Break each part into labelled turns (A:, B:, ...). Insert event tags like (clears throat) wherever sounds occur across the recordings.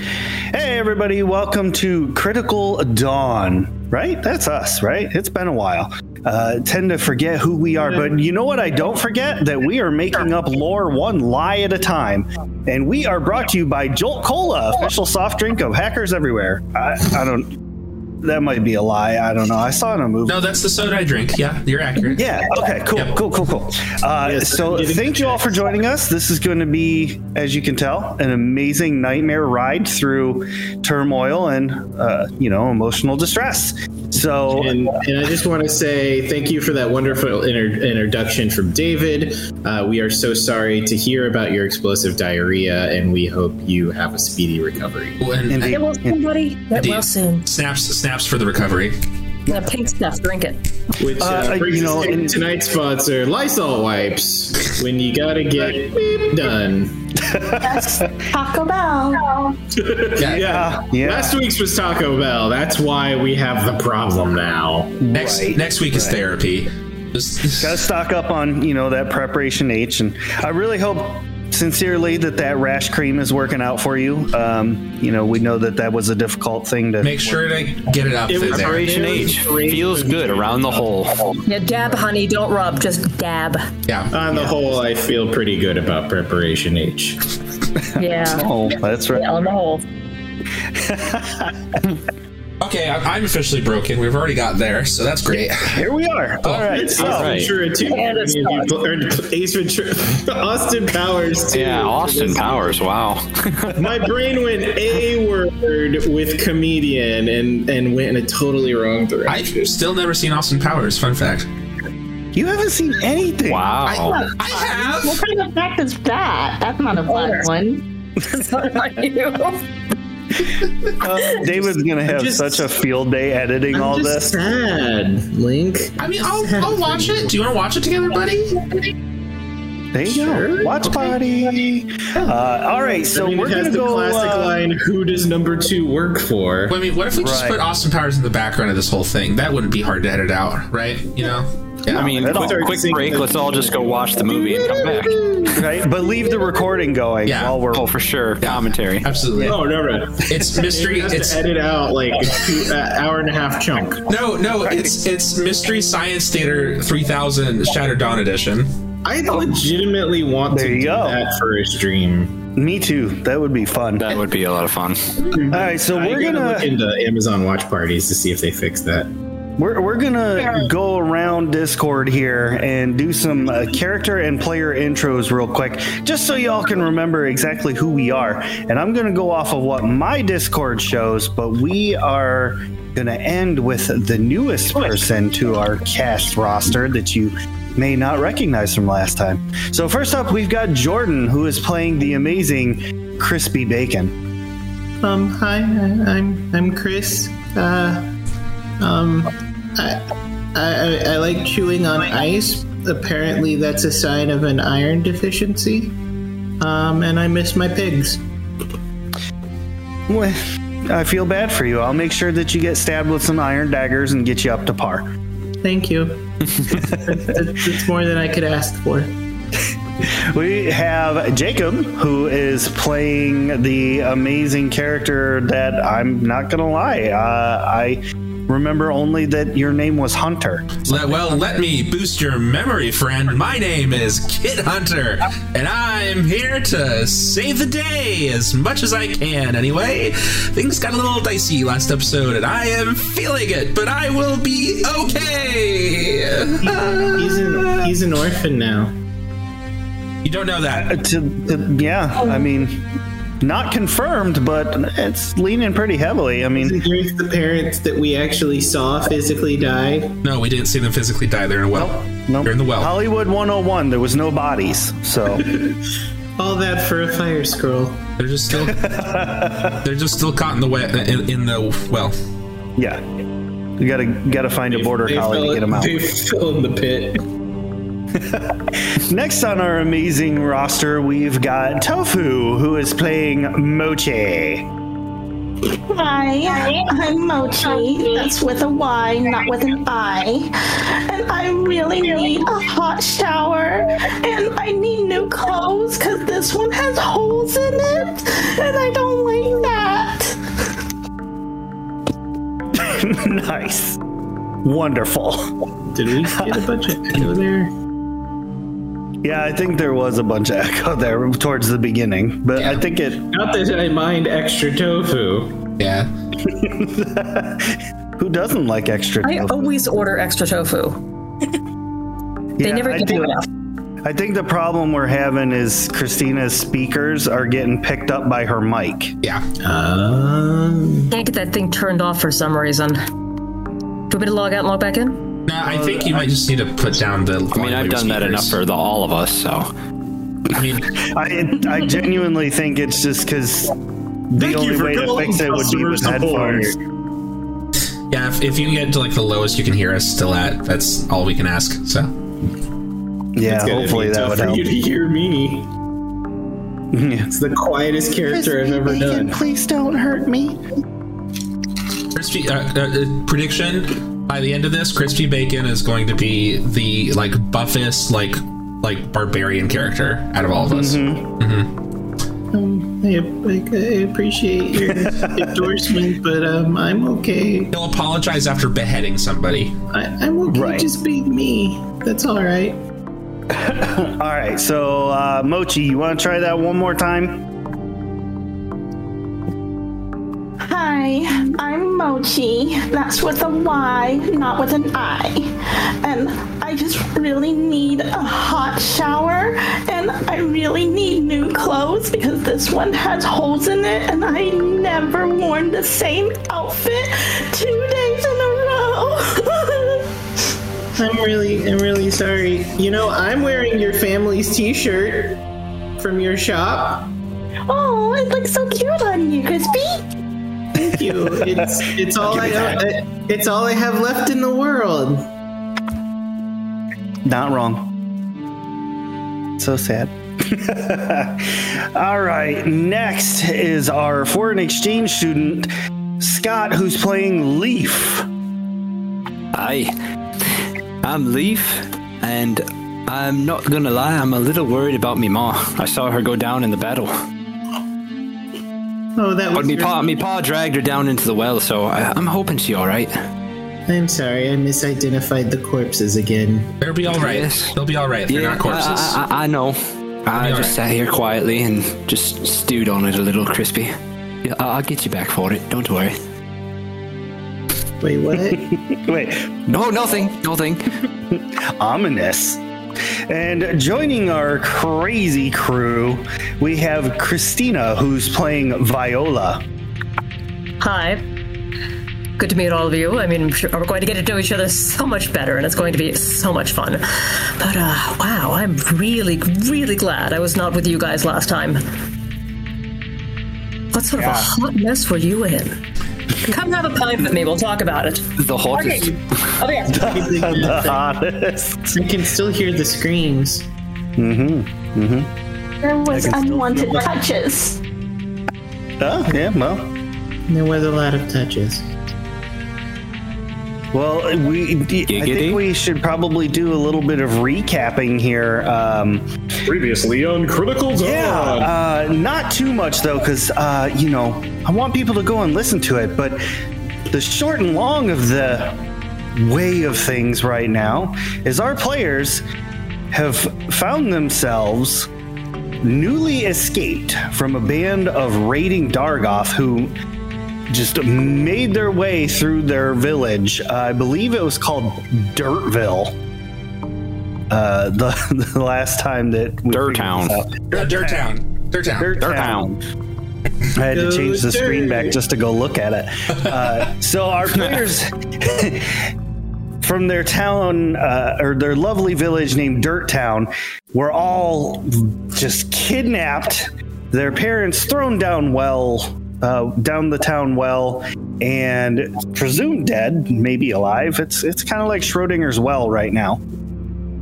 A: Hey, everybody, welcome to Critical Dawn, right? That's us, right? It's been a while. Uh, tend to forget who we are, but you know what? I don't forget that we are making up lore one lie at a time. And we are brought to you by Jolt Cola, official soft drink of hackers everywhere. I, I don't, that might be a lie. I don't know. I saw it in a movie.
B: No, that's the soda I drink. Yeah, you're accurate.
A: Yeah. Okay. Cool.
B: Yep.
A: Cool. Cool. Cool. Uh, so, thank you all for joining us. This is going to be, as you can tell, an amazing nightmare ride through turmoil and, uh, you know, emotional distress. So,
C: And, and I just want to say thank you for that wonderful inter- introduction from David. Uh, we are so sorry to hear about your explosive diarrhea, and we hope you have a speedy recovery.
B: And
A: indeed,
D: Get well soon, buddy. Get
B: Indeed.
D: well soon.
B: snaps snaps for the recovery.
D: The pink stuff, drink it.
C: Which uh,
A: Uh,
C: brings
A: you know,
C: us to
A: and-
C: tonight's sponsor, Lysol wipes. When you gotta get done.
D: Taco Bell.
B: Yeah.
A: yeah, yeah.
C: Last week's was Taco Bell. That's why we have the problem now.
B: Next
A: Right,
B: next week is therapy. Just-
A: Gotta stock up on, you know, that preparation H. And I really hope sincerely that that rash cream is working out for you. Um, you know, we know that that was a difficult thing to
B: make sure to get it up
C: It
B: in
C: was
B: there.
C: great.
E: Operation H feels good around the hole.
D: Yeah, dab, honey. Don't rub. Just
A: (laughs)
D: dab.
B: Yeah.
C: On the whole, I feel pretty good about preparation H.
D: Yeah.
A: Oh, that's right.
D: Yeah, on the whole.
B: Okay, I- I'm officially broken. We've already got there, so that's great.
A: Here we are. All right.
C: Ace
A: So,
E: Oh, right.
C: Ventura 2.
D: And it's
C: If you learned Ace Ventura, (laughs) Austin Powers 2.
E: Yeah, Austin Powers. Wow.
C: My brain went A word with comedian and, and went in a totally wrong direction.
B: I've still never seen Austin Powers. Fun fact.
A: you haven't seen anything.
E: Wow.
B: I
F: What
B: have.
F: kind of fact is that? That's not a black one.
D: (laughs)
A: (laughs) David's gonna have
C: just-
A: such a field day editing
C: I'm
A: all this.
C: just sad, Link.
B: I mean, I'll, I'll watch it. Do you want to watch it together, buddy?
A: There you
C: Sure.
A: go. Watch party. Uh, all right, so
C: I mean,
A: we're
C: it has
A: gonna
C: the
A: go.
C: classic
A: uh,
C: line, who does number two work for?
B: I mean, what if we just
A: Right.
B: put Austin Powers in the background of this whole thing? That wouldn't be hard to edit out, right? You know. Yeah.
E: I mean,
A: That's
E: quick,
C: our
E: quick
C: single-
E: break. Let's all just go watch the movie and come back.
A: right, but leave the recording going
B: Yeah.
A: while we're.
E: Oh, for sure. Commentary.
B: absolutely.
C: Oh, no, no.
B: It's mystery.
C: It has
B: It's
C: to edit out like an hour and a half chunk.
B: No, no, it's it's Mystery Science Theater 3000 Shattered Dawn Edition.
C: I legitimately want
A: There
C: to
A: you
C: do
A: go.
C: that for a stream.
A: Me too. That would be fun.
E: That would be a lot of fun.
A: All right, so
C: I
A: we're
C: gotta
A: gonna
C: look into Amazon watch parties to see if they fix that.
A: we're, we're gonna go around Discord here and do some uh, character and player intros real quick, just so y'all can remember exactly who we are. And I'm gonna go off of what my Discord shows, but we are gonna end with the newest person to our cast roster that you may not recognize from last time. So first up, we've got Jordan, who is playing the amazing Crispy Bacon.
C: Um, hi, I- I'm I'm Chris. Uh, um, I, I I- I like chewing on ice. Apparently, that's a sign of an iron deficiency. Um, and I miss my pigs.
A: Well, I feel bad for you. I'll make sure that you get stabbed with some iron daggers and get you up to par.
C: Thank you. it's, it's more than I could ask for.
A: We have Jacob, who is playing the amazing character that I'm not gonna lie. Uh, I remember only that your name was Hunter.
B: Le- well, let me boost your memory, friend. My name is Kid Hunter, and I'm here to save the day as much as I can. Anyway, things got a little dicey last episode, and I am feeling it, but I will be okay.
C: He's an he's an orphan now.
B: you don't know
A: Uh,
B: that.
A: To, to- yeah,
B: Oh.
A: I mean, not confirmed, but it's leaning pretty heavily. I mean,
C: Here's the parents that we actually saw physically die.
B: No, we didn't see them physically die. They're in a well.
A: nope.
B: They're in the well.
A: Hollywood 101. There was no bodies,
B: (laughs)
A: so
C: All that for a fire (laughs) scroll.
B: They're just still. (laughs) they're just still caught in the wet in, in the well.
A: yeah, you gotta gotta find a border collie to get them out.
C: They fell in the pit.
A: Next on our amazing roster, we've got Tofu, who is playing Mochi.
F: Hi, I'm Mochi. That's with a Y, not with an I. And I really need a hot shower. And I need new clothes because this one has holes in it. And I don't like that.
A: (laughs) nice. Wonderful.
C: Did we get a bunch of echo there?
A: Yeah, I think there was a bunch of echo there towards the beginning, but I think it.
C: Not that I mind extra tofu.
B: Yeah.
A: Who doesn't like extra
D: I oh,
A: tofu?
D: always order extra tofu. They
A: Yeah,
D: never
A: I
D: give
A: think-
D: you enough.
A: I think the problem we're having is Christina's speakers are getting picked up by her mic.
B: Yeah.
C: Um,
D: Can't get that thing turned off for some reason. Do you want me to log out and log back in?
B: No, I think you might just need to put down the.
E: I mean, I've done that enough for the all of us, so
B: I mean,
E: (laughs)
A: I, I
D: (laughs)
A: genuinely think it's just because the
B: you
A: only
B: for
A: way to
B: calling
A: fix it would be
B: customer
A: with
B: support.
A: headphones.
B: yeah, if, if you get to like the lowest you can hear us still at, that's all we can ask. So,
A: Yeah,
C: it's gonna
A: hopefully
C: be
A: that
C: tough
A: would
C: for
A: help.
C: you to
A: (laughs)
C: hear me. It's the quietest character I've ever done.
A: Please don't hurt me.
B: crispy uh, uh, uh, prediction by the end of this, crispy bacon is going to be the like buffest like like barbarian character out of all of us.
E: Mm-hmm.
C: Um, I, I, I appreciate (laughs) your endorsement, but um, I'm okay.
B: He'll apologize after beheading somebody.
C: I, I'm okay
A: Right.
C: just being me. That's all right.
A: All right, so uh, Mochi, you want to try that one more time?
F: Hi, I'm Mochi. That's with a Y, not with an I. And I just really need a hot shower, and I really need new clothes because this one has holes in it, and I never worn the same outfit two days in a row. (laughs)
C: I'm really, I'm really sorry. You know, I'm wearing your family's T-shirt from your shop.
F: oh, it looks so cute on you, Crispy.
C: Thank you.
A: (laughs)
C: It's, it's all I, I, it's all I have left in the world.
A: Not wrong. So sad. (laughs) All right, next is our foreign exchange student, Scott, who's playing Leaf.
E: Hi, I'm Leaf, and I'm not gonna lie, I'm a little worried about me ma. I saw her go down in the battle,
C: Oh, that
E: but
C: was.
E: me
C: your-
E: pa, me pa dragged her down into the well, so I, I'm hoping she all right.
C: I'm sorry, I misidentified the corpses again.
B: They'll be all right.
E: Yes.
B: They'll be all right. They're not corpses.
E: I, I, I, I know. I
B: You're
E: just
B: right.
E: sat here quietly and just stewed on it a little, crispy. Yeah, I- I'll get you back for it. Don't worry.
C: Wait,
A: (laughs)
C: what?
A: Wait,
E: No, nothing, nothing. (laughs)
A: ominous. And joining our crazy crew, we have Christina, who's playing Viola.
D: Hi. Good to meet all of you. I mean, I'm sure we're going to get to know each other so much better, and it's going to be so much fun. But uh, wow, I'm really, really glad I was not with you guys last time. What sort of a hot mess were you in? Come have a pint with me. We'll talk about it.
E: The hottest.
D: Okay. Oh
C: (laughs)
D: yeah.
A: The hottest.
C: I can still hear the screams.
F: There was unwanted touches.
A: Oh, yeah, well.
C: There was a lot of touches.
A: Well, we, I
E: Giggity.
A: think we should probably do a little bit of recapping here. Um,
G: Previously on Critical Dawn.
A: Yeah, uh, not too much though, because uh, you know I want people to go and listen to it. But the short and long of the way of things right now is our players have found themselves newly escaped from a band of raiding Dargoth who just made their way through their village. I believe it was called Dirtville. Uh, the, (laughs) the last time that we figured this
E: Dirtown.
A: out.
B: Uh, Dirt Town. Dirt Town.
A: Dirt Town. I had to
C: Go
A: change the screen
C: dirt.
A: back just to go look at it. Uh, so our players (laughs) from their town uh, or their lovely village named Dirt Town were all just kidnapped. Their parents thrown down well, uh, down the town well, and presumed dead, maybe alive. It's it's kind of like Schrodinger's well right now,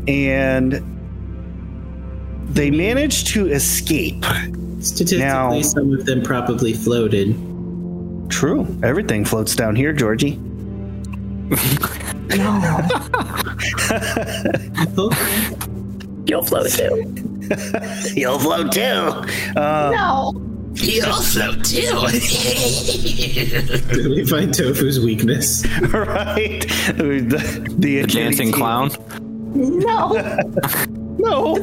A: and they managed to escape.
C: Statistically,
A: Now-
C: some of them probably floated.
A: True. Everything floats down here, Georgie.
C: Oh,
D: You'll flow too.
A: You'll float too.
F: No.
B: You'll float too.
C: Did we find Tofu's weakness?
A: (laughs)
C: (laughs)
A: right? The, the
E: The dancing clown.
F: No.
A: No.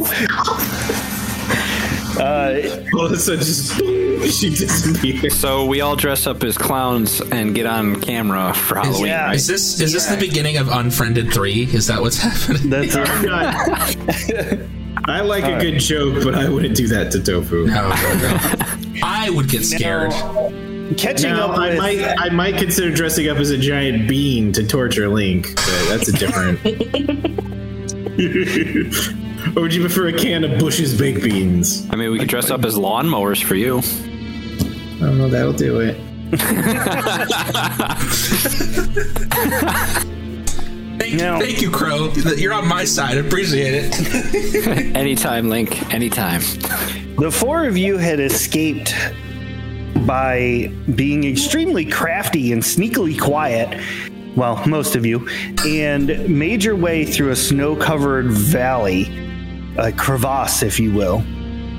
C: All of a sudden, just (laughs) boom, she disappears.
E: So we all dress up as clowns and get on camera for Halloween.
A: Yeah.
B: Is this is this the beginning of Unfriended Three? Is that what's (laughs) happening?
A: That's it.
C: God.
A: (laughs)
C: I like a good joke, but I wouldn't do that to Tofu.
B: No, no, no. (laughs) I would get scared.
A: Catching
C: Now,
A: up
C: I
A: with
C: might I might consider dressing up as a giant bean to torture Link, but that's a different. or would you prefer a can of Bush's baked beans?
E: I mean, we could dress up as lawnmowers for you.
C: Oh, that'll do it.
B: Thank,
A: No.
B: thank you, Crow. You're on my side. Appreciate it. (laughs)
E: Anytime, Link. Anytime.
A: The four of you had escaped by being extremely crafty and sneakily quiet. Well, most of you, and made your way through a snow covered valley, a crevasse, if you will.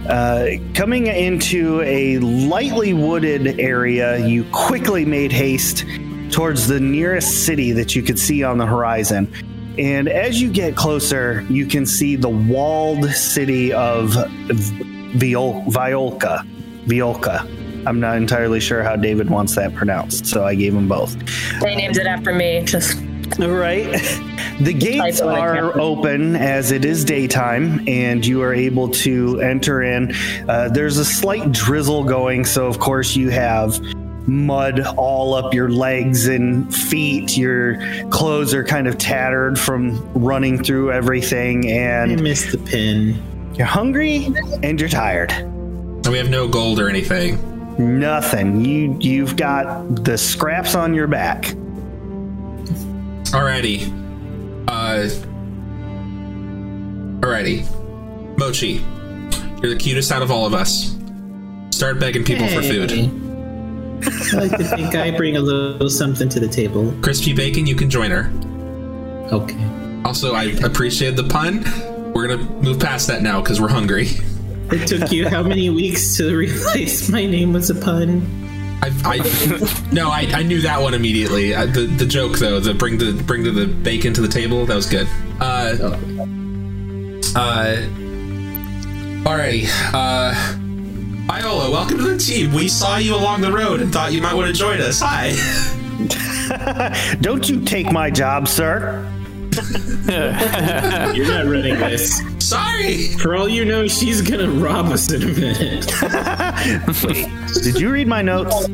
A: Uh, coming into a lightly wooded area, you quickly made haste towards the nearest city that you could see on the horizon. And as you get closer, you can see the walled city of Viol- Violka. Violka. I'm not entirely sure how David wants that pronounced, so I gave him both.
D: They named it after me. Just
A: All right. (laughs) The gates
D: Typo, I can't-
A: are open as it is daytime, and you are able to enter in. Uh, there's a slight drizzle going, so of course you have mud all up your legs and feet. Your clothes are kind of tattered from running through everything,
C: I
A: and
C: missed the pin.
A: you're hungry and you're tired.
B: We have no gold or anything.
A: Nothing. You you've got the scraps on your back. (laughs)
B: Alrighty. Uh. Alrighty. Mochi, you're the cutest out of all of us. Start begging people for
C: Hey.
B: food.
C: I like to think I bring a little something to the table.
B: Crispy Bacon, you can join her.
C: Okay.
B: Also, I appreciate the pun. We're gonna move past that now because we're hungry. (laughs)
C: It took you how many weeks to (laughs) realize my name was a pun?
B: I, I no, I, I knew that one immediately. Uh the the joke though, the bring the bring the, the bacon to the table, that was good. Uh, uh, alrighty. Uh, Viola, welcome to the team. We saw you along the road and thought you might want to join us. Hi. (laughs)
A: Don't you take my job, sir?
C: You're not running this.
B: Sorry.
C: For all you know, she's gonna rob us in a minute.
A: Did you read my notes?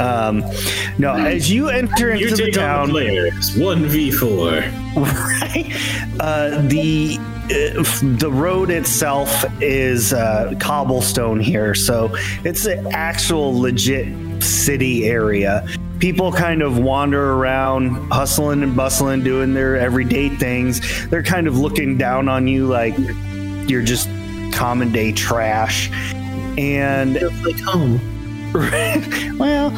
A: Um, no. As you enter into
C: You
A: the
C: take on
A: town,
C: the players. One v four.
A: right? (laughs) Uh, the uh, f- the road itself is uh, cobblestone here, so it's an actual legit city area. People kind of wander around, hustling and bustling, doing their everyday things. They're kind of looking down on you like you're just common day trash. And
C: Like home.
A: (laughs) well,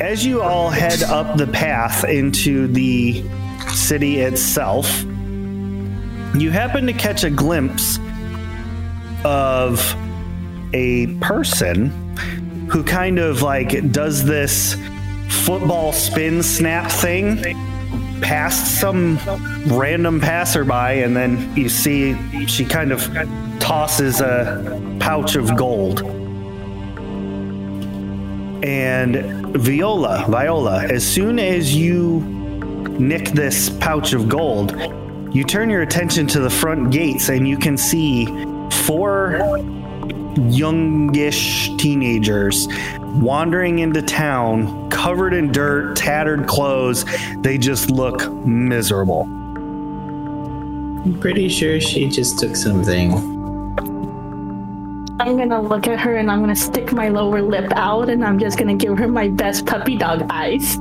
A: as you all head up the path into the city itself, you happen to catch a glimpse of a person who kind of like does this football spin snap thing past some random passerby and then you see she kind of tosses a pouch of gold and Viola, Viola, as soon as you nick this pouch of gold, you turn your attention to the front gates and you can see four youngish teenagers wandering into town covered in dirt, tattered clothes. They just look miserable.
C: I'm pretty sure she just took something.
F: I'm gonna look at her and I'm gonna stick my lower lip out and I'm just gonna give her my best puppy dog eyes.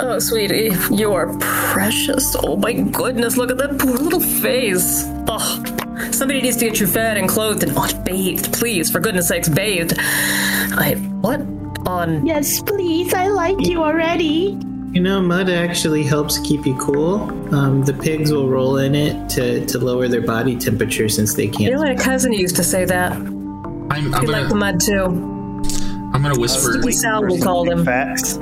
D: oh, sweetie, you are precious. Oh my goodness, look at that poor little face. Oh, somebody needs to get you fed and clothed and oh, bathed, please. For goodness sakes, bathed. I what on?
F: Yes, please. I like you already.
C: You know, mud actually helps keep you cool. Um, the pigs will roll in it to, to lower their body temperature since they can't.
D: You know, I had a cousin who used to say that.
B: I I'm, I'm
D: You like the
B: gonna
D: mud too.
B: I'm gonna whisper.
D: Sleepy Sal, we called him.
A: Facts.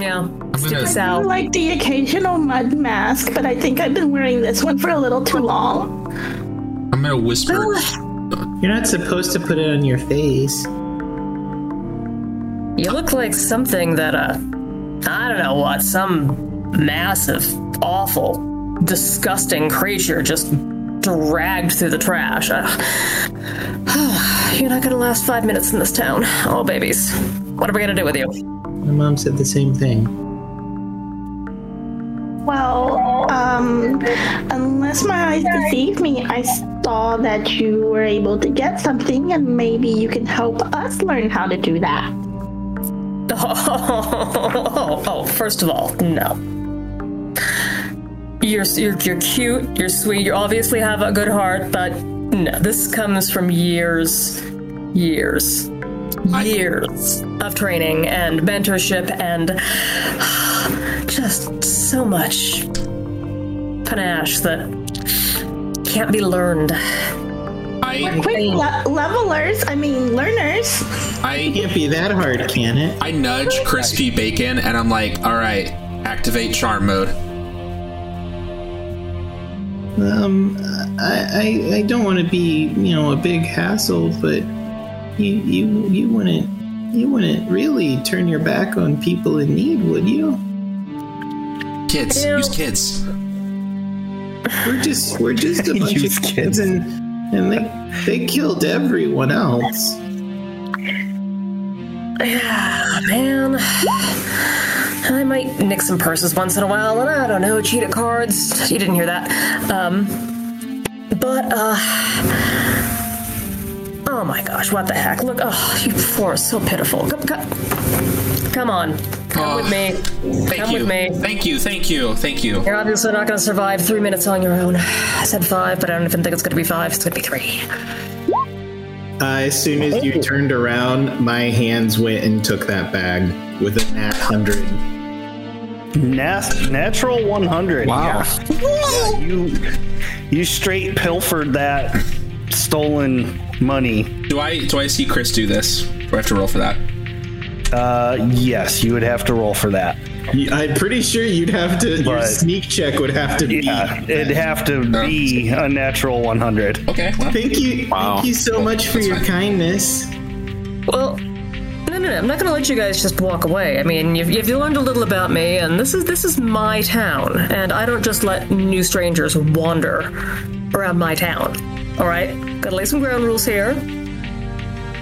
D: Yeah.
B: gonna-
D: Sleepy
F: I
D: Sal.
F: like the occasional mud mask, but I think I've been wearing this one for a little too long.
B: I'm gonna whisper.
C: You're not supposed to put it on your face.
D: You look like something that, uh, I don't know what, some massive, awful, disgusting creature just dragged through the trash. Ugh. (sighs) You're not gonna last five minutes in this town. Oh, babies. What are we gonna do with you?
C: My mom said the same thing.
F: Well, um, unless my eyes deceive me, I saw that you were able to get something, and maybe you can help us learn how to do that.
D: (laughs) Oh, first of all, no. You're, you're, you're cute, you're sweet, you obviously have a good heart, but no, this comes from years, years, years of training and mentorship and (sighs) just so much panache that can't be learned.
B: I
F: Quick le- levelers, I mean learners.
B: I
C: Can't be that hard, can it?
B: I nudge crispy bacon and I'm like, all right, activate charm mode.
C: Um, I, I, I don't want to be, you know, a big hassle, but you, you, you wouldn't, you wouldn't really turn your back on people in need, would you?
B: Kids,
D: Ew.
B: use kids.
C: We're just, we're just
A: (laughs)
C: a bunch
A: Use
C: of kids,
A: kids.
C: and and they, they killed everyone else.
D: (sighs) Man, I might nick some purses once in a while, and I don't know, cheat at cards. You didn't hear that. Um, but, uh, oh my gosh, what the heck? Look, oh, you four are so pitiful. Come, come, come on, come
B: Oh,
D: with me.
B: Thank
D: Come
B: you.
D: with me.
B: Thank you. Thank you. Thank you.
D: You're obviously not going to survive three minutes on your own. I said five, but I don't even think it's going to be five. It's going to be three.
C: Uh, as soon as
A: Oh.
C: you turned around, my hands went and took that bag with a nat hundred.
A: Nas- natural 100.
E: Wow.
A: Yeah, you you straight pilfered that stolen money.
B: Do I do I see Chris do this? Do I have to roll for that?
A: Uh, yes, you would have to roll for that.
C: You- I'm pretty sure you'd have to. Your
A: Right.
C: sneak check would have to be.
A: Yeah, it'd have to be a natural 100.
B: Okay. Well,
C: Thank you.
E: Wow.
C: Thank you so much for
B: That's
C: your
B: fine.
C: kindness.
D: Well, no, no, no. I'm not going to let you guys just walk away. I mean, you've, you've learned a little about me, and this is this is my town, and I don't just let new strangers wander around my town. All right, got to lay some ground rules here.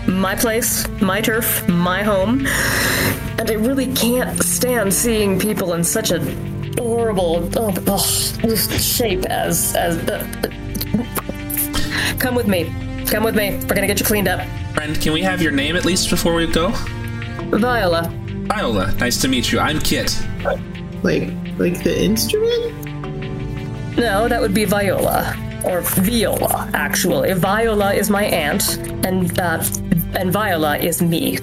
D: My place, my turf, my home, and I really can't stand seeing people in such a horrible oh, ugh, shape as as. uh, come with me. Come with me. We're gonna get you cleaned up.
B: friend, can we have your name at least before we go?
D: Viola,
B: Viola, nice to meet you. I'm Kit.
C: Like, like the instrument?
D: No, that would be Viola or Viola. Actually, Viola is my aunt, and uh, and Viola is me.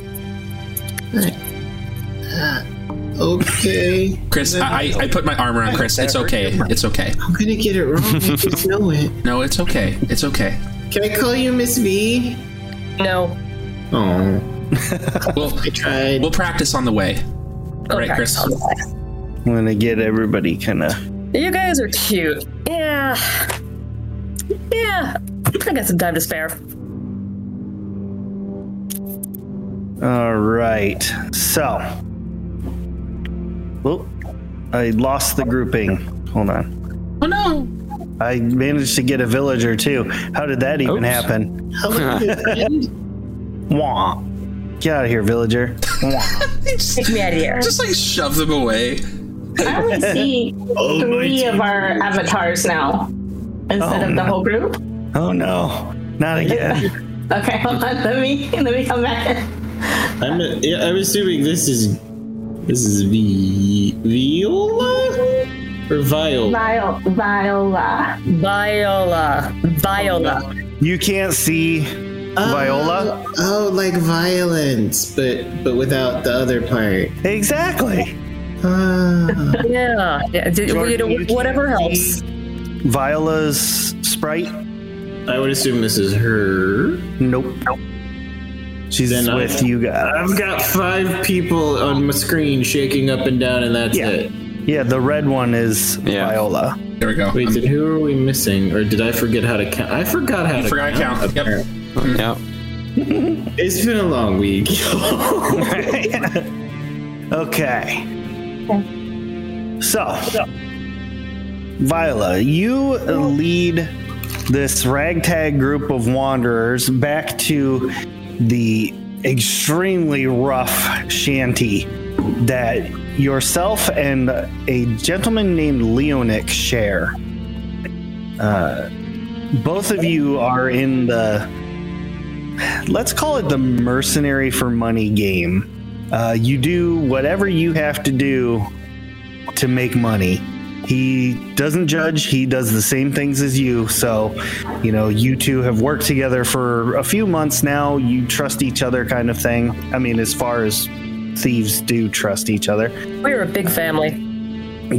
C: Okay.
B: Chris, I, I, I put my armor on Chris. It's okay. It's okay.
C: I'm gonna get it wrong. I
A: (laughs)
C: just know it.
B: No, it's okay. It's okay.
C: Can I call you Miss V?
D: No,
C: Oh,
E: (laughs)
B: We'll
C: I tried.
B: we'll practice on the way. All right,
D: Okay.
B: Chris.
A: I'm gonna get everybody kind of.
D: You guys are cute. Yeah, yeah. I got some time to spare.
A: All right, so. Well, I lost the grouping. Hold on. Oh no! I managed to get a villager too. How did that even happen?
C: Hello, good friend.
A: Wah! Get out of here, villager. Wah.
D: Take me out of here.
B: Just like shove them away.
F: I only see three of our avatars now instead
A: Oh,
F: of the
A: no.
F: whole group.
A: (laughs) Oh no, not again.
F: Okay, (laughs) hold on. Let me let me come back.
C: I'm. yeah, I'm assuming this is this is Vi- Viola or Viola.
F: Viol- Viola.
D: Viola, Viola.
A: (laughs) you can't see Viola?
C: Oh, like violence, but but without the other part.
A: Exactly.
C: Ah.
D: Yeah, yeah. d-
A: Jordan,
D: you know,
A: you can't
D: whatever helps.
A: see Viola's sprite?
C: I would assume this is her.
A: Nope. She's
C: Then I-
A: with you guys.
C: I've got five people on my screen shaking up and down, and that's
A: Yeah.
C: it.
A: Yeah, the red one is
E: Yeah.
A: Viola.
B: There we go.
C: Wait, then who are we missing? Or did I forget how to count? I forgot how
B: I
C: to
B: forgot to count. Yep.
E: Yeah.
C: It's been a long (laughs) week.
A: (laughs) Okay. So, Viola, you lead this ragtag group of wanderers back to the extremely rough shanty that yourself and a gentleman named Leonic share. Uh, both of you are in the let's call it the mercenary for money game. Uh, you do whatever you have to do to make money. He doesn't judge, he does the same things as you. So, you know, you two have worked together for a few months now. You trust each other, kind of thing. I mean, as far as thieves do trust each other.
D: We're a big family.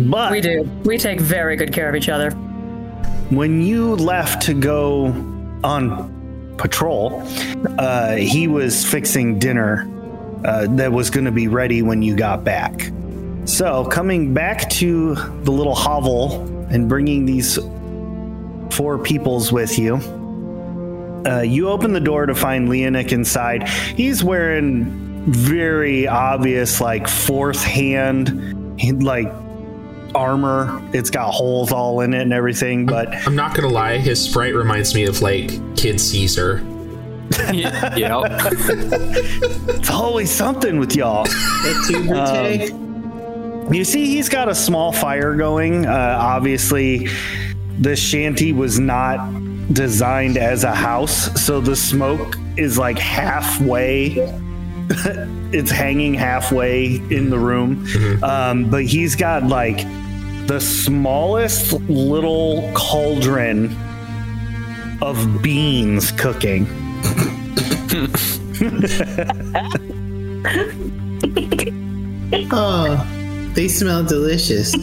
A: But
D: We do. We take very good care of each other.
A: when you left to go on patrol, uh, he was fixing dinner uh, that was going to be ready when you got back. So, coming back to the little hovel and bringing these four peoples with you, uh, you open the door to find Leonic inside. He's wearing very obvious, like, fourth hand, like, armor. It's got holes all in it and everything, but
B: I'm not gonna lie. His sprite reminds me of like Kid Caesar.
E: Yeah. yeah.
A: it's always something with y'all. You see, he's got a small fire going. Uh, obviously, the shanty was not designed as a house, so the smoke is like halfway. (laughs) it's hanging halfway in the room. Um, but he's got like the smallest little cauldron of beans cooking.
C: oh, they smell delicious.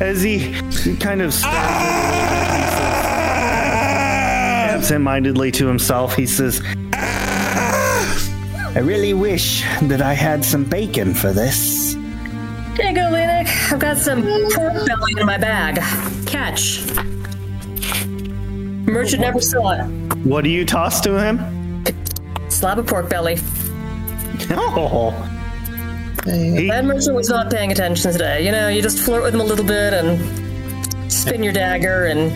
A: as he he kind of absent-mindedly to himself he says i really wish that i had some bacon for this
D: Here you go, Leonic. I've got some pork belly in my bag. Catch. Merchant never saw it.
A: what do you toss to him (laughs)
D: Slab of pork belly.
A: oh
D: That merchant was not paying attention today. You know, you just flirt with him a little bit and spin your dagger, and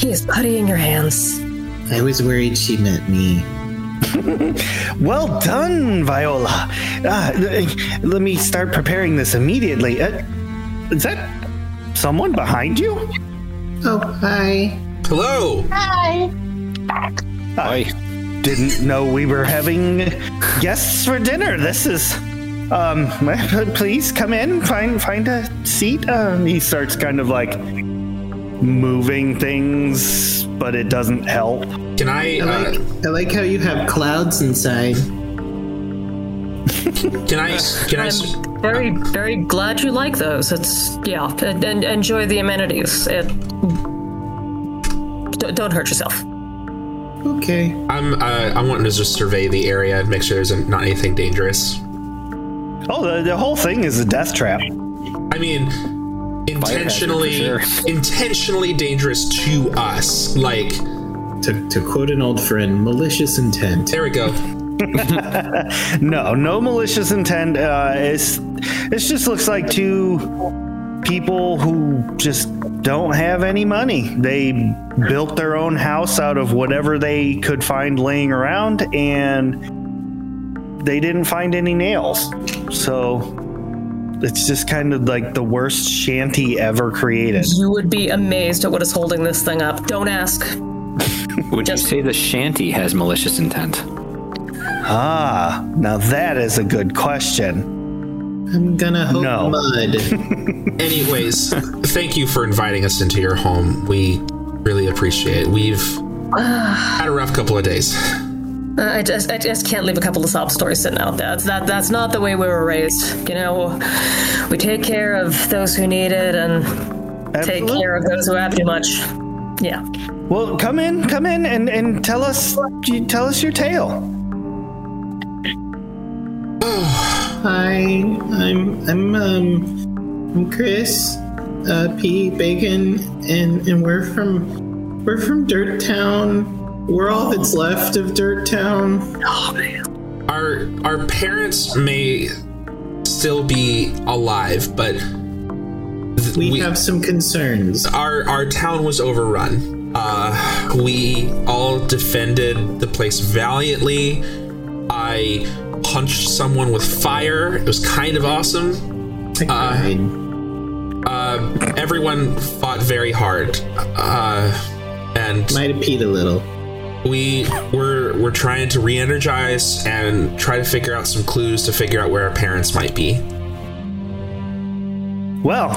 D: he is putty in your hands.
C: I was worried she meant me.
A: well done viola Ah, th- let me start preparing this immediately uh, is that someone behind you
C: Oh, hi.
B: Hello.
F: Hi.
E: Oi.
A: didn't know we were having guests for dinner. This is um (laughs) please come in, find find a seat. Um he starts kind of like moving things, but it doesn't help.
B: Can I?
C: I like,
B: Uh,
C: I like how you have clouds inside.
B: uh, can I? Can I? s-
D: I'm very, very glad you like those. It's yeah, and, and enjoy the amenities. It don't- don't hurt yourself.
C: Okay.
B: I'm. Uh, I want to just survey the area and make sure there's not anything dangerous.
A: Oh, the, the whole thing is a death trap.
B: I mean, intentionally,
E: sure.
B: intentionally dangerous to us. Like,
C: To, to quote an old friend, malicious intent.
B: there we go.
A: No, no malicious intent. Uh, it's it just looks like two people who just don't have any money. They built their own house out of whatever they could find laying around, and they didn't find any nails. So it's just kind of like the worst shanty ever created.
D: You would be amazed at what is holding this thing up. Don't ask.
E: Would you
D: Just-
E: say the shanty has malicious intent?
A: Ah, now that is a good question.
C: I'm gonna hope
A: No.
C: mud.
B: Anyways, thank you for inviting us into your home. We really appreciate it. We've had a rough couple of days.
D: Uh, I just, I just can't leave a couple of sob stories sitting out there. That's that. That's not the way we were raised. You know, we take care of those who need it and take
A: Absolutely.
D: care of those who have too much. Yeah.
A: Well, come in, come in, and and tell us tell us your tale.
C: Hi, I'm I'm um I'm Chris, uh, P. Bacon, and and we're from we're from Dirt Town. We're all that's left of Dirt Town.
B: our our parents may still be alive, but th-
C: We, have some concerns.
B: our our town was overrun. Uh, we all defended the place valiantly. I punched someone with fire. It was kind of awesome.
C: I cried.
B: Uh, everyone fought very hard, uh, and
C: Might have peed a little.
B: we were we're trying to re-energize and try to figure out some clues to figure out where our parents might be.
A: Well,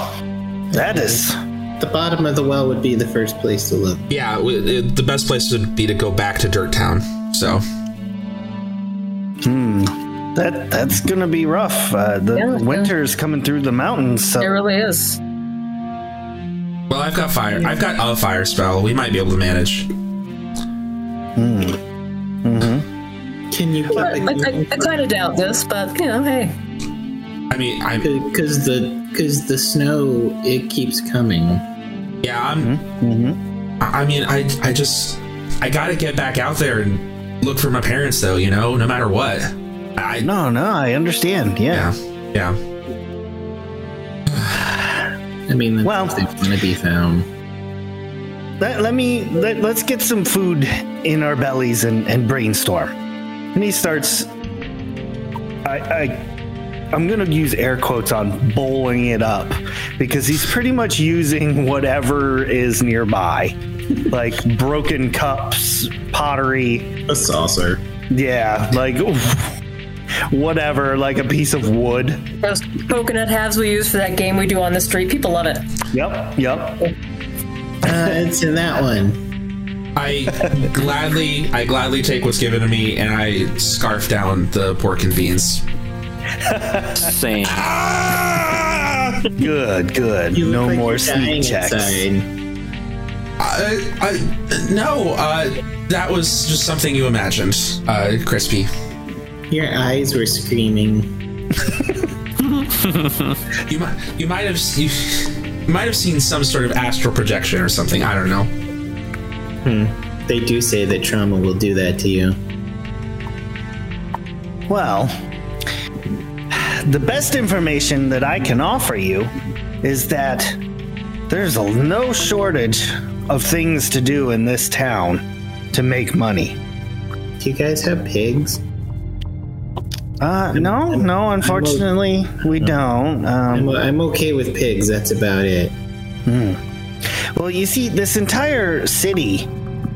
A: that is.
C: The bottom of the well would be the first place to look.
B: Yeah, w it, the best place would be to go back to Dirt Town. So
A: That that's gonna be rough. Uh, the
D: Yeah, yeah.
A: winter's coming through the mountains,
D: It
A: so
D: really is.
B: Well, I've got fire. I've got a fire spell. We might be able to manage.
C: Can you
D: I,
C: get
D: I, I kind of doubt this, but you know, hey,
B: I mean, I'm
C: because the because the snow it keeps coming.
B: yeah. I'm. I I mean, I I just I gotta get back out there and look for my parents, though. You know, no matter what. I
A: no, no, I understand. Yeah.
B: yeah yeah.
C: I mean, that's
A: Well-
C: if they want to be found.
A: Let, let me let, let's get some food in our bellies and, and brainstorm. And he starts. I, I I'm gonna use air quotes on bowling it up because he's pretty much using whatever is nearby, like broken cups, pottery,
C: A saucer.
A: Yeah, like whatever, like a piece of wood.
D: those coconut halves we use for that game we do on the street, people love it.
A: Yep, yep.
C: Uh, (laughs) it's in that one.
B: I gladly I gladly take what's given to me and I scarf down the pork and beans.
E: Same.
A: Good, good.
C: You look
A: no
C: like
A: more
C: you're dying
A: sneak checks.
C: inside.
B: I, I, no, uh, that was just something you imagined, uh, crispy.
C: Your eyes were screaming.
B: You might you might have s- you, you might have seen some sort of astral projection or something. I don't know.
C: They do say that trauma will do that to you.
A: Well, the best information that I can offer you is that there's a, no shortage of things to do in this town to make money.
C: Do you guys have pigs?
A: Uh, no, no, unfortunately, we don't. Um,
C: I'm, I'm okay with pigs. That's about it.
A: Well, you see, this entire city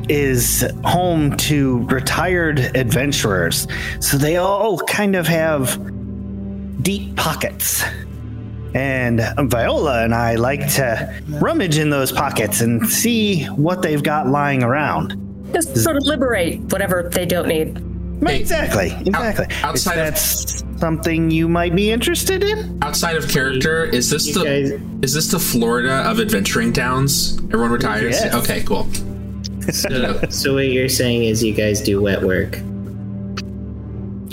A: is home to retired adventurers. So they all kind of have deep pockets. And Viola and I like to rummage in those pockets and see what they've got lying around.
D: Just sort of liberate whatever they don't need.
A: Exactly, exactly. Is
B: outside of-
A: that something you might be interested in?
B: Outside of character, is this the
C: guys-
B: is this the Florida of adventuring towns? Everyone retires.
A: Yes.
B: Okay, cool.
C: So, so what you're saying is you guys do wet work.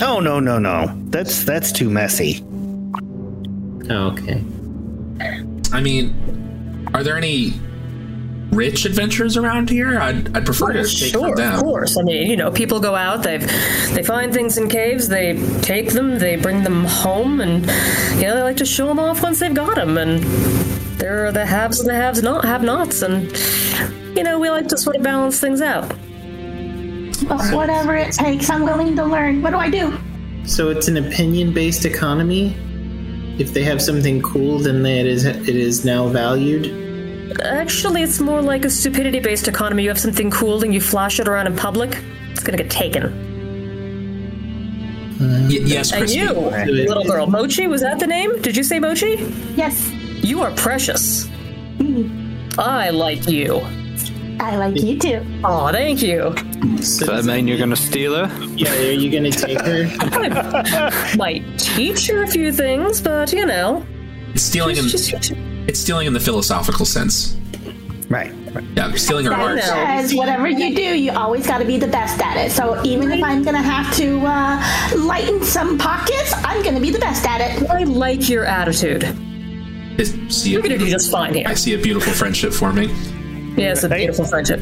A: Oh no, no, no. That's that's too messy.
C: Oh, okay.
B: I mean, are there any rich adventurers around here? I'd, I'd prefer to take
D: Oh, Sure,
B: from
D: of
B: them.
D: course. I mean, you know, people go out, they they find things in caves, they take them, they bring them home, and you know, they like to show them off once they've got them. And there are the haves and the haves not have nots, and you know, we like to sort of balance things out.
F: But whatever it takes, I'm willing to learn. What do I do?
C: So it's an opinion-based economy. If they have something cool, then it is it is now valued.
D: Actually, it's more like a stupidity-based economy. You have something cool, and you flash it around in public. It's gonna get taken.
B: Y- yes,
D: And
B: Crispy.
D: you, little girl, Mochi, was that the name? Did you say Mochi?
F: Yes,
D: You are precious. I like you.
F: I like you too.
D: Aw, thank you.
C: So
E: Does that mean you're gonna steal her?
C: yeah, are you gonna take
A: (laughs)
C: her?
D: (laughs) might teach her a few things, but you know,
B: It's stealing in
D: it's just
B: it's stealing in the philosophical sense.
A: Right.
B: Yeah, stealing our hearts.
D: know.
F: Because whatever you do, you always got to be the best at it. So even if I'm gonna have to uh, lighten some pockets, I I'm gonna be the best at it.
D: I like your attitude.
B: Is- See,
D: You're gonna do just fine
B: I
D: here.
B: see a beautiful friendship forming.
D: Yeah, it's a beautiful friendship.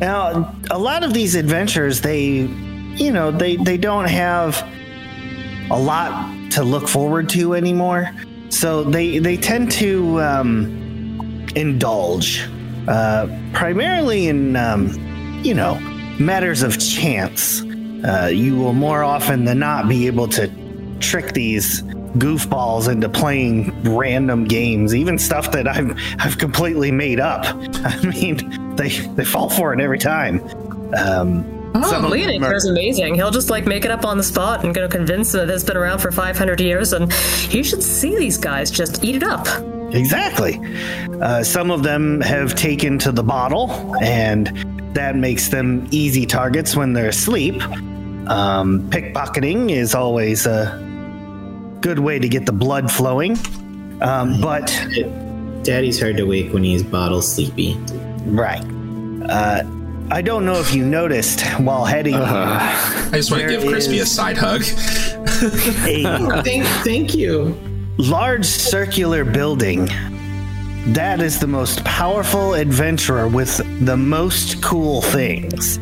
A: Now, a lot of these adventures, they, you know, they they don't have a lot to look forward to anymore. So they they tend to um, indulge, uh, primarily in, um, you know, matters of chance. Uh, you will more often than not be able to trick these goofballs into playing random games, even stuff that I've I've completely made up. (laughs) I mean, they they fall for it every time. Um,
D: Oh,
A: of
D: Leaning
A: them are-
D: is amazing. He'll just like make it up on the spot and gonna convince them that it's been around for 500 years, and you should see these guys just eat it up.
A: exactly. Uh, some of them have taken to the bottle, and that makes them easy targets when they're asleep. Um, pickpocketing is always a good way to get the blood flowing. Um, but
C: Daddy's hard to wake when he's
A: (laughs)
C: bottle sleepy.
A: right, uh, I don't know if you noticed while heading
B: I just want to
A: There
B: give Crispy a
A: is-
B: side hug.
A: a
C: Thank, thank you.
A: large circular building. That is the most powerful adventurer with the most cool things.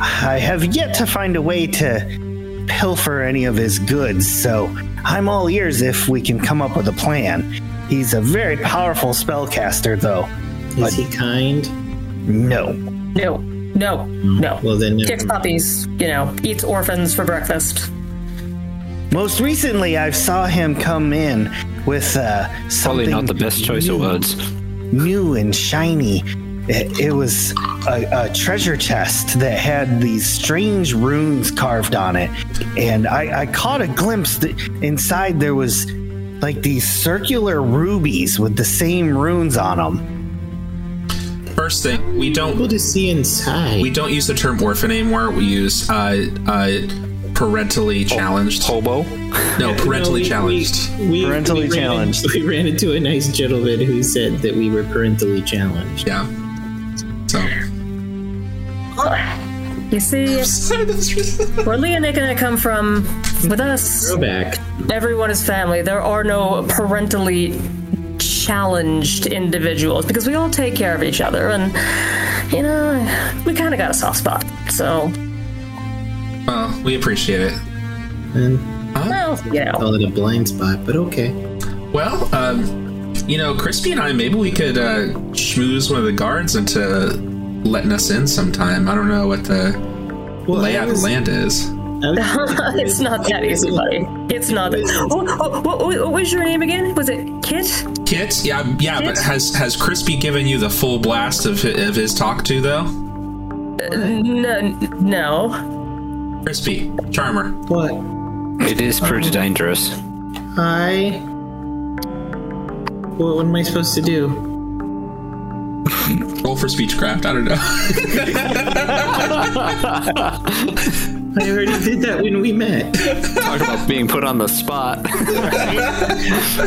A: I have yet to find a way to pilfer any of his goods, so I'm all ears if we can come up with a plan. He's a very powerful spellcaster, though.
C: Is he kind?
A: No.
D: No, no,
A: Mm,
D: no.
C: Well then, never
D: Kicks
A: um,
D: puppies, you know, eats orphans for breakfast.
A: Most recently, I saw him come in with uh,
E: Probably
A: something
E: not the best choice of
A: new.
E: words.
A: new and shiny. It, it was a, a treasure chest that had these strange runes carved on it. And I, I caught a glimpse that inside there was like these circular rubies with the same runes on them.
B: First thing, we don't
C: able to see inside.
B: we don't use the term orphan anymore. We use uh, uh, parentally challenged.
E: Hobo?
B: No, parentally
C: No, we-
B: challenged.
C: We, we,
A: Parentally
C: we ran-
A: challenged.
C: (laughs) we ran into a nice gentleman who said that we were parentally challenged.
B: Yeah. So.
D: You see, where Leon and I come from, with us,
C: Throwback.
D: everyone is family. There are no parentally challenged individuals because we all take care of each other, and you know, we kind of got a soft spot. So,
B: Well, we appreciate it.
C: And
D: well, you know. (laughs)
C: call it a blind spot, but okay.
B: Well, um, you know, Crispy and I, maybe we could uh, schmooze one of the guards into letting us in sometime. I don't know what the
C: Well, I
B: layout of
C: was-
B: the land is.
C: I was-
D: it's not that easy, buddy. It's not. that- Oh, oh, what, what, what was your name again? Was it Kit?
B: Kit, yeah, yeah, but
D: Kit?
B: has has Crispy given you the full blast of hi- of his talk to though?
D: No, n- no.
B: Crispy, Charmer,
C: What?
E: It is pretty dangerous.
C: I. What, what am I supposed to do?
B: roll for speechcraft. I don't know. (laughs)
C: I already did that when we met.
E: Talk about being put on the spot.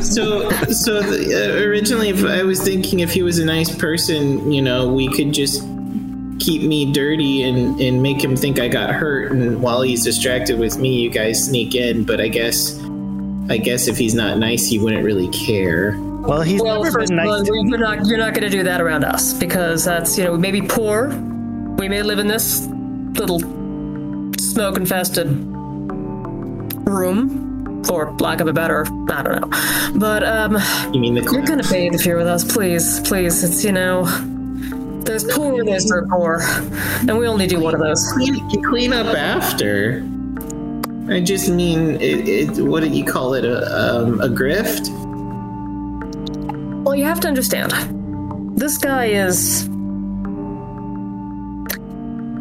C: So, so the, uh, originally, if I was thinking if he was a nice person, you know, we could just keep me dirty and and make him think I got hurt, and while he's distracted with me, you guys sneak in. But I guess, I guess if he's not nice, he wouldn't really care.
A: Well, he's never
D: first
A: been
D: of all,
A: nice.
D: you're not you're not going to do that around us because that's you know we may be poor, we may live in this little smoke infested room, for lack of a better, I don't know. But um,
C: You mean the
D: you're going to bathe if you're with us, please, please. It's you know. There's poor and there's dirt poor, and we only do one of those.
C: clean, you clean up after? I just mean, it, it, what do you call it? A, um, a grift?
D: Well, you have to understand. This guy is.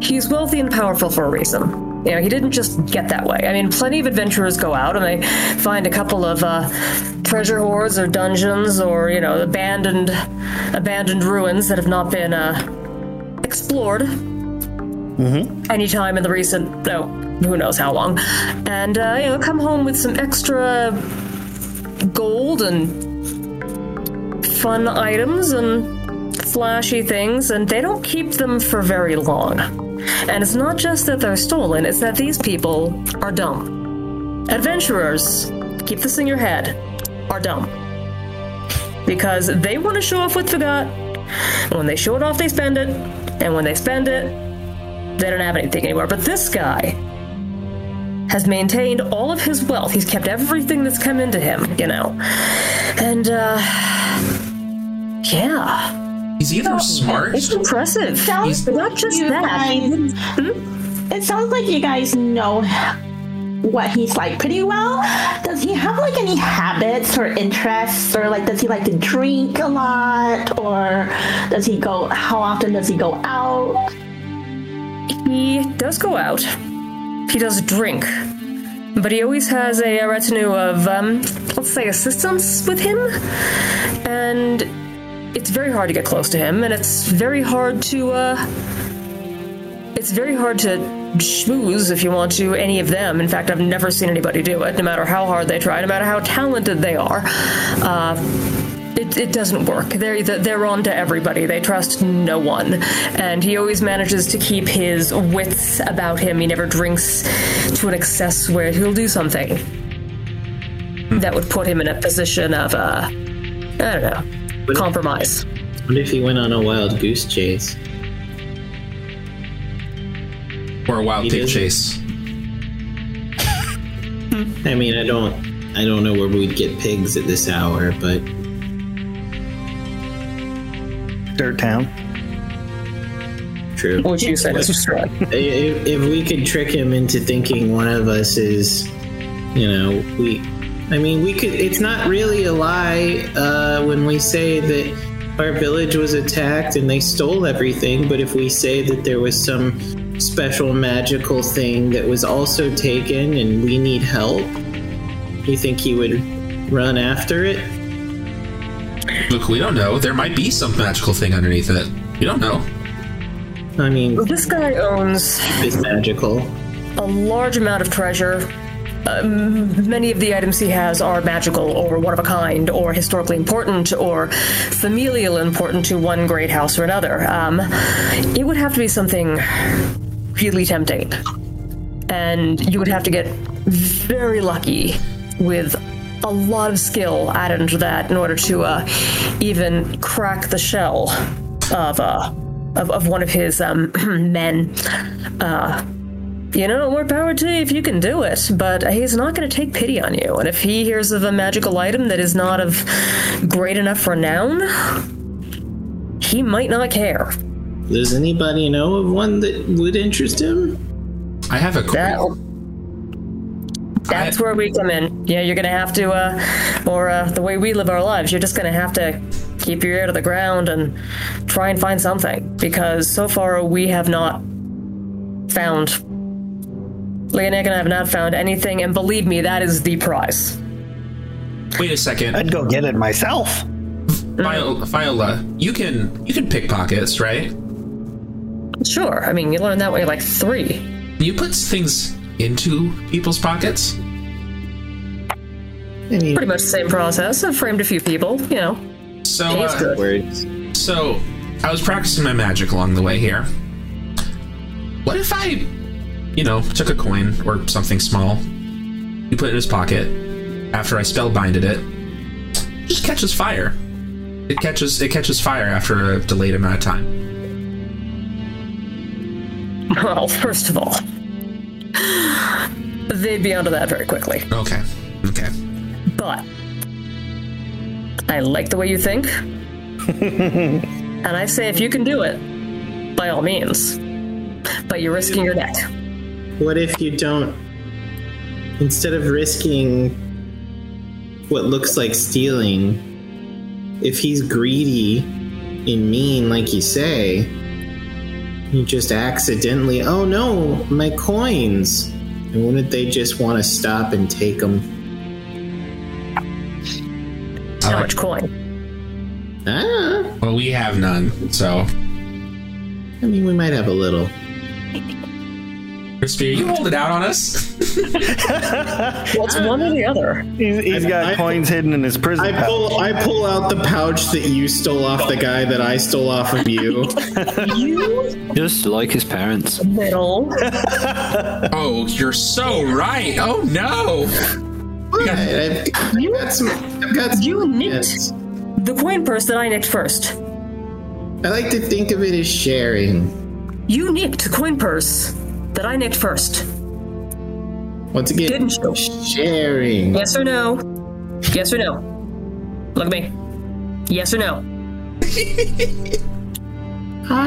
D: He's wealthy and powerful for a reason. You know, he didn't just get that way. I mean, plenty of adventurers go out and they find a couple of uh, treasure hoards or dungeons or, you know, abandoned abandoned ruins that have not been uh, explored anytime in the recent, no, who knows how long. And, uh, you know, come home with some extra gold and fun items and flashy things, and they don't keep them for very long. And it's not just that they're stolen, it's that these people are dumb. adventurers, keep this in your head, are dumb. Because they want to show off what they got, and when they show it off, they spend it, and when they spend it, they don't have anything anymore. But this guy has maintained all of his wealth. He's kept everything that's come into him, you know. And, uh, Oh, yeah,
B: He's either smart.
D: it's impressive.
F: Sounds
D: Not just
F: you
D: that.
F: guys- Hmm? it sounds like you guys know what he's like pretty well. Does he have like any habits or interests, or like does he like to drink a lot, or does he go? How often does he go out?
D: He does go out. He does drink. But he always has a retinue of, um, let's say, assistants with him. And it's very hard to get close to him, and it's very hard to, uh. It's very hard to schmooze, if you want to, any of them. In fact, I've never seen anybody do it, no matter how hard they try, no matter how talented they are. Uh, it, it doesn't work. They're either, they're on to everybody. They trust no one, and he always manages to keep his wits about him. He never drinks to an excess where he'll do something that would put him in a position of uh, I don't know compromise.
C: What if he went on a wild goose chase?
B: or a wild
C: He
B: pig
C: doesn't-
B: chase.
C: I mean, I don't, I don't know where we'd get pigs at this hour, but
A: Dirt Town.
C: true.
D: Would you say that's
C: if, if we could trick him into thinking one of us is, you know, we. I mean, we could. It's not really a lie uh, when we say that our village was attacked and they stole everything, but if we say that there was some special magical thing that was also taken and we need help, you think he would run after it?
B: Look, we don't know. There might be some magical thing underneath it. You don't know.
C: I mean,
D: This guy owns
C: it's magical.
D: a large amount of treasure. Uh, m- many of the items he has are magical or one of a kind or historically important or familial important to one great house or another. Um, it would have to be something really tempting. And you would have to get very lucky with a lot of skill added into that in order to uh, even crack the shell of, uh, of, of one of his um, (clears throat) men. You know, more power to you if you can do it, but he's not going to take pity on you. And if he hears of a magical item that is not of great enough renown, he might not care.
C: Does anybody know of one that would interest him?
B: I have a.
D: That, that's
B: I-
D: where we come in. Yeah, you're going to have to, uh, or uh, the way we live our lives, you're just going to have to keep your ear to the ground and try and find something, because so far we have not found. Leonic and I have not found anything, and believe me, that is the prize.
B: Wait a second.
A: I'd go get it myself.
B: Viola, Viola, uh, you can you can pickpockets, right?
D: Sure. I mean, you learn that when you're like three.
B: You put things into people's pockets.
C: I mean,
D: Pretty much the same process. I've framed a few people, you know.
B: So,
D: It's
B: uh,
D: good. (laughs)
C: words.
B: so I was practicing my magic along the way here. What if I, you know, took a coin or something small, you put it in his pocket. After I spellbinded it, just catches fire. It catches it catches fire after a delayed amount of time.
D: Well, first of all, they'd be onto that very quickly.
B: Okay, okay.
D: But I like the way you think. and I say if you can do it, by all means. But you're risking your neck.
C: What if you don't? Instead of risking what looks like stealing, if he's greedy and mean, like you say, you just accidentally, oh no, my coins. And wouldn't they just want to stop and take them?
D: How
B: like-
D: much coin?
C: Ah,
B: Well, we have none, so
C: I mean, we might have a little.
B: Crispy, you hold it out on us.
D: Well, it's one or the other.
A: He's, he's got
C: I-
A: coins hidden in his prison.
C: I
A: pouch.
C: pull I pull out the pouch that you stole off the guy that I stole off of you.
D: You
E: (laughs) Just like his parents.
D: little.
B: oh, you're so right. Oh no.
C: Alright, I've, I've got some. I've got some
D: You nicked-
C: yes.
D: The coin purse that I nicked first.
C: I like to think of it as sharing.
D: You nicked the coin purse that I nicked first.
C: Once again,
D: Didn't you?
C: sharing.
D: Yes or no? Yes or no? Look at me. Yes or no?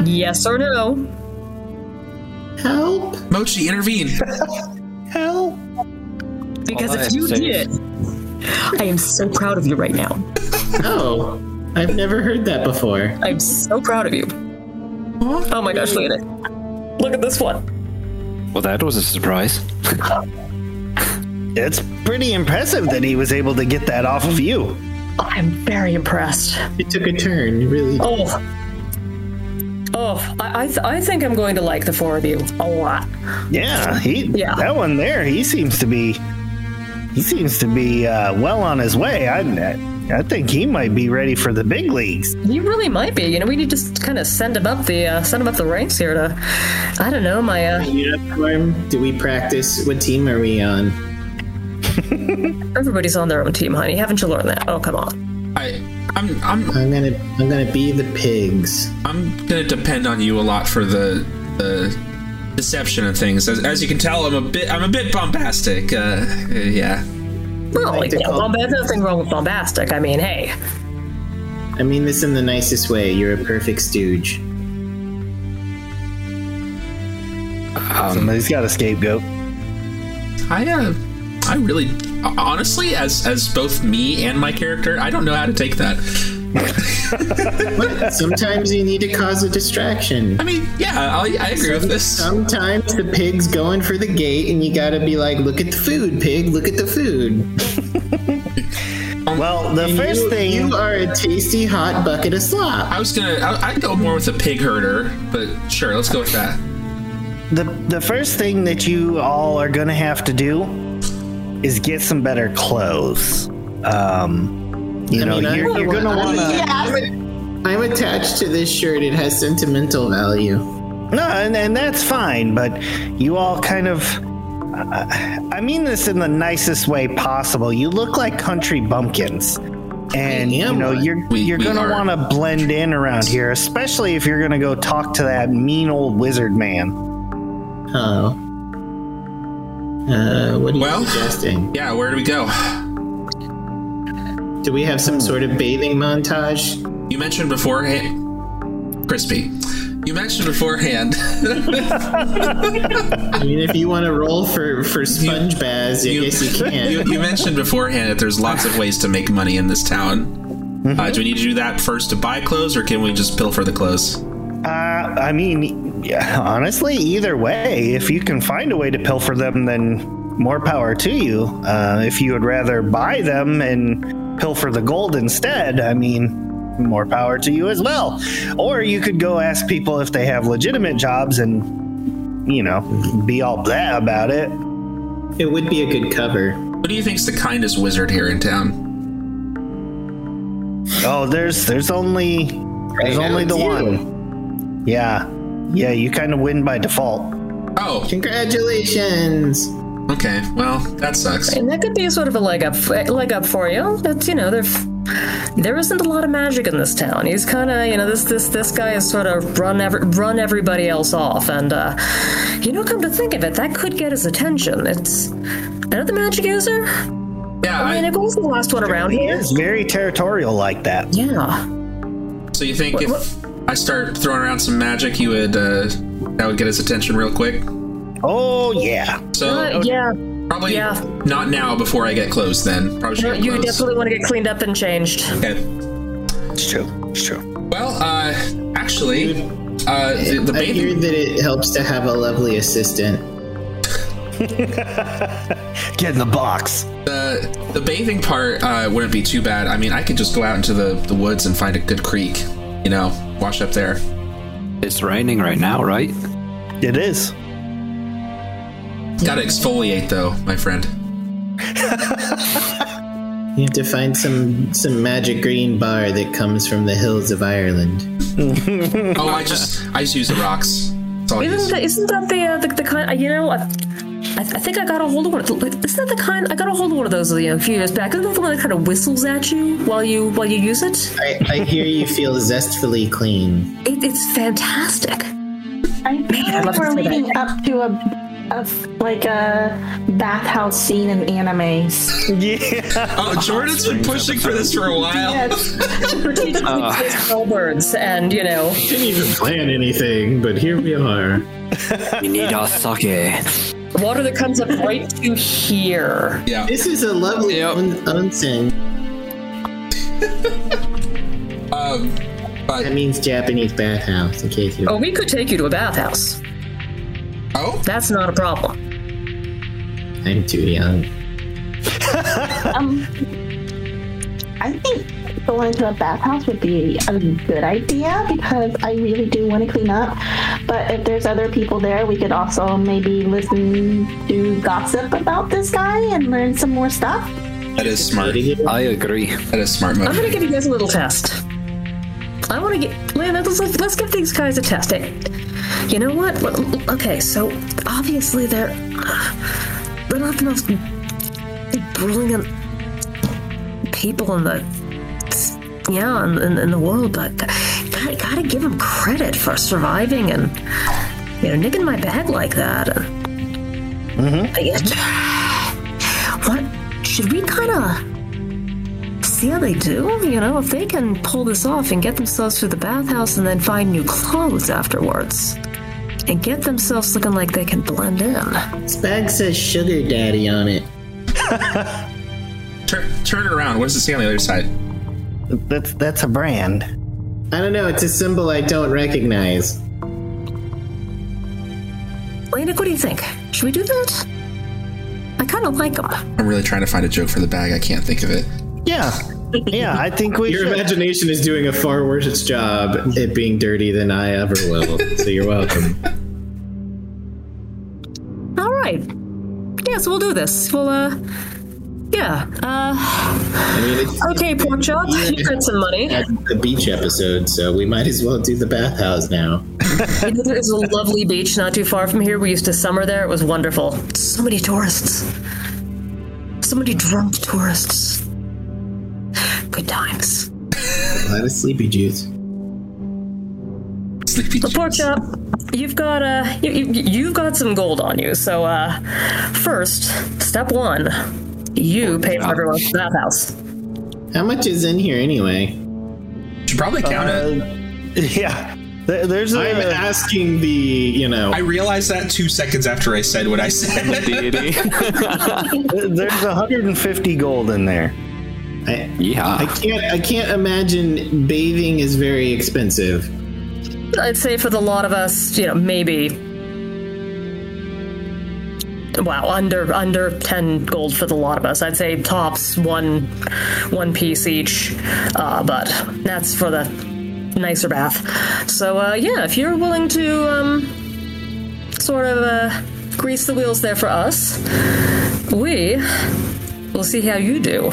D: yes or no?
C: Help!
B: Mochi, intervene.
C: Help!
D: Because
E: All
D: if
E: I have
D: you
E: to say
D: did, I am so proud of you right now.
C: Oh, I've never heard that before.
D: I'm so proud of you. Oh my gosh, look at it. Look at this one.
E: Well, that was a surprise.
A: It's pretty impressive that he was able to get that off of you.
D: I'm very impressed.
C: It took a turn. You really.
D: Oh. Oh, I, I, th- I think I'm going to like the four of you a lot.
A: Yeah, he.
D: Yeah.
A: That one there, he seems to be. He seems to be uh, well on his way. I, I think he might be ready for the big leagues.
D: You really might be. You know, we need to kind of send him up the uh, send him up the ranks here to, I don't know, my uh,
C: Uniform? Do we practice? What team are we on?
D: everybody's on their own team, honey. Haven't you learned that? Oh, come on.
B: I, I'm, I'm,
C: I'm gonna. I'm gonna be the pigs.
B: I'm gonna depend on you a lot for the, the deception of things. As, as you can tell, I'm a bit, I'm a bit bombastic. Uh, uh, yeah.
D: Well,
C: like to
D: yeah,
C: call-
D: bomb- there's nothing wrong with bombastic. I mean, hey,
C: I mean this in the nicest way. You're a
D: (laughs)
C: perfect stooge.
A: Somebody's got a scapegoat.
B: I, uh, I really, honestly, as as both me and my character, I don't know how to take that.
C: Sometimes you need to cause a distraction.
B: I mean, yeah, I, I agree with this.
C: Sometimes the pig's going for the gate, and you gotta be like, "Look at the food, pig! Look at the food!"
A: Well, the
C: And
A: first
C: you,
A: thing.
C: you are a tasty hot bucket of slop.
B: I was gonna, I, I'd go more with the pig herder, but sure, let's go with that.
A: The, the first thing that you all are going to have to do is get some better clothes. Um, you know,
C: mean, I-
A: you're, you're going to want to.
F: Yes.
C: I'm attached to this shirt. It has sentimental value.
A: No, and, and that's fine, but you all kind of. I I mean this in the nicest way possible. You look like country bumpkins. And
C: I
A: you
C: am
A: know
C: one.
A: you're
B: We-
A: you're
B: we
A: gonna
B: are.
A: want to blend in around here, especially if you're gonna go talk to that mean old wizard man.
C: Oh. Uh, what are you
B: Well-
C: suggesting?
B: Yeah, where do we go?
C: Do we have some sort of bathing montage?
B: You mentioned beforehand, crispy. You mentioned beforehand. (laughs)
C: I mean, if you want to roll for for sponge baths, I
B: you-
C: guess
B: (laughs)
C: you can.
B: you, you mentioned beforehand that there's lots of ways to make money in this town.
C: Mm-hmm.
B: Uh, do we need to do that first to buy clothes, or can we just pilfer the clothes?
A: Uh, I mean, yeah, honestly, either way, if you can find a way to pilfer them, then more power to you. Uh, if you would rather buy them and pilfer the gold instead, I mean, more power to you as well. Or you could go ask people if they have legitimate jobs and, you know, be all blah about it.
C: It would be a good cover.
B: What do you think's the kindest wizard here in town?
A: Oh, there's there's only there's
C: Right, now
A: only
C: it's
A: the
C: you.
A: one. Yeah, yeah, you kind of win by default.
B: Oh,
C: Congratulations!
B: okay. Well, that sucks.
D: and that could be sort of a leg up, leg up for you. That's you know, there, there isn't a lot of magic in this town. He's kind of you know, this this this guy has sort of run every, run everybody else off, and uh, you know, come to think of it, that could get his attention. It's another magic user,
B: Yeah.
D: and
B: I,
D: it goes the last one around
A: He
D: here.
A: is very territorial like that.
D: Yeah.
B: so you think if I start throwing around some magic, you would uh, that would get his attention real quick?
A: Oh yeah.
B: So
D: Uh, yeah,
B: probably
D: yeah. Uh,
B: not now before I get clothes. Then probably should
D: No,
B: get
D: you
B: clothes.
D: definitely want to get cleaned up and changed.
B: Okay.
A: It's true. It's true.
B: Well, uh, actually, uh, the, the
C: I hear
B: bathing.
C: that it helps to have a lovely assistant.
A: Get in the box.
B: The, the bathing part uh, wouldn't be too bad. I mean, I could just go out into the, the woods and find a good creek, you know, wash up there.
E: It's raining right now, right?
A: It is.
B: Gotta exfoliate though, my friend.
C: You have to find some some magic green bar that comes from the hills of Ireland.
B: Oh, I just I just use the rocks. That's all I use.
D: Isn't that, isn't that the, uh, the the kind? uh, You know, I, I, I think I got a hold of one. Of, the- isn't that the kind? I got a hold of one of those you know, a few years back. Isn't that the one that kind of whistles at you while you while you use it?
C: I, I hear you feel zestfully clean.
D: it it's fantastic.
F: I feel
D: I'd love
F: like
D: to
F: we're
D: see that.
F: leading up to a, a like a bathhouse scene in animes.
A: Yeah.
B: Oh, Jordan's been pushing for this for a while.
F: Yes,
D: Snowbirds and you know,
C: Didn't even plan anything, but here we are.
E: We need our sake.
D: water that comes up right to here.
B: Yeah.
C: This is a lovely
E: Yep.
C: on- onsen.
B: Um,
C: That means Japanese bathhouse, in case you.
D: Oh, we could take you to a bathhouse.
B: oh,
D: That's not a problem.
C: I'm too young.
F: um, I think going to a bathhouse would be a good idea because I really do want to clean up. But if there's other people there, we could also maybe listen to gossip about this guy and learn some more stuff.
B: that is smart.
E: I agree.
B: That is smart
D: I'm gonna
B: move.
D: give you guys a little test. I want to get Lana. Let's let's give these guys a test. Hey, you know what? Let- Okay, so obviously they're they're not the most brilliant people in the yeah in, in, in the world, but gotta, gotta give them credit for surviving and you know nicking my bag like that. Mm-hmm. what should we kind of? see how they do. You know, if they can pull this off and get themselves through the bathhouse and then find new clothes afterwards and get themselves looking like they can blend in.
C: This bag says sugar daddy on it.
B: Tur- turn it around. What does it say on the other side?
A: That's that's a brand.
C: I don't know. It's a symbol I don't recognize.
D: Lena, what do you think? Should we do that? I kind of like them.
B: I'm really trying to find a joke for the bag. I can't think of it.
A: Yeah. Yeah, I think we
C: Your
A: should.
C: imagination is doing a far worse job at being dirty than I ever will. so you're welcome.
D: (laughs) All right. Yes, we'll do this. We'll, uh, yeah. Uh,
C: I mean, it's,
D: okay, pork chop, you got some money.
C: it's the beach episode, so we might as well do the bathhouse now.
D: There's a lovely beach not too far from here. We used to summer there. It was wonderful. So many tourists. So many drunk tourists. Good times.
C: A lot of sleepy juice.
B: Sleepy.
D: But pork chop, you've got uh, you, you, you've got some gold on you. So uh, first step one, you pay for everyone's bathhouse.
C: How much is in here anyway?
B: Should probably count
A: (laughs)
B: it.
A: yeah. There- there's a.
C: I'm asking the, you know,
B: I realized that two seconds after I said what I said.
E: Deity.
A: (laughs) There's 150 gold in there.
C: I, I
E: yeah.
C: can't, I can't imagine bathing is very expensive.
D: I'd say for the lot of us, you know, maybe. Wow, under under ten gold for the lot of us. I'd say tops one one piece each, uh, but that's for the nicer bath. So uh, yeah, if you're willing to um, sort of uh, grease the wheels there for us, we will see how you do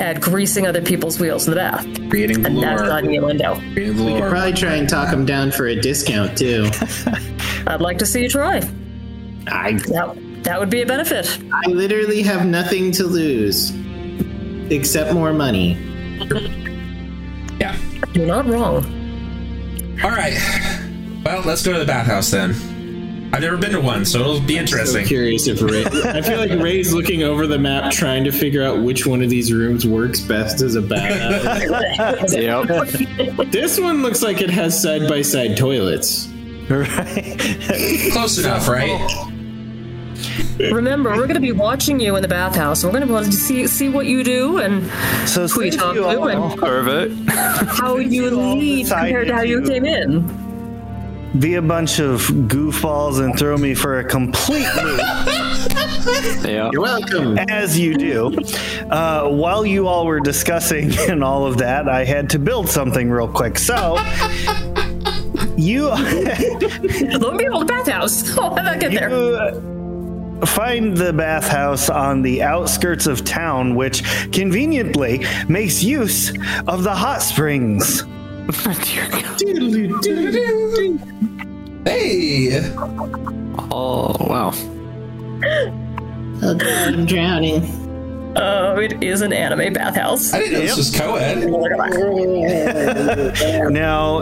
D: at greasing other people's wheels in the bath.
B: Creating the
D: And that's
B: lore.
D: not innuendo.
B: Creating the lore.
C: Probably try and talk them down for a discount too.
D: I'd like to see you try.
C: I,
D: That, that would be a benefit.
C: I literally have nothing to lose except more money.
B: Yeah.
D: You're not wrong.
B: All right. Well, let's go to the bathhouse then. I've never been to one, so it'll be
C: So
B: interesting.
C: curious if Ray. I feel like Ray's looking over the map, trying to figure out which one of these rooms works best as a bathhouse.
E: Yep.
C: this one looks like it has side by side toilets.
A: Right?
B: Close enough, right?
D: Remember, we're going to be watching you in the bathhouse. We're going to want to see see what you do and
A: So
D: Who you
A: since
D: talk
A: you
D: to
A: all
D: and-
E: Pervert.
D: how you
A: all
D: leave
A: decided
D: compared to how you
A: to-
D: came in.
A: be a bunch of goofballs and throw me for a complete loop, (laughs)
E: (laughs) Yeah.
C: You're welcome.
A: as you do, uh, while you all were discussing (laughs) and all of that, I had to build something real quick. So. You, (laughs)
D: (laughs) Let me hold the bathhouse. Oh, how did I get there?
A: you uh, find the bathhouse on the outskirts of town, which conveniently makes use of the hot springs.
E: Dear God.
B: Hey!
E: Oh, wow.
C: Oh god, I'm drowning.
D: Oh, it is an anime bathhouse.
B: I didn't know this was co-ed.
A: Now,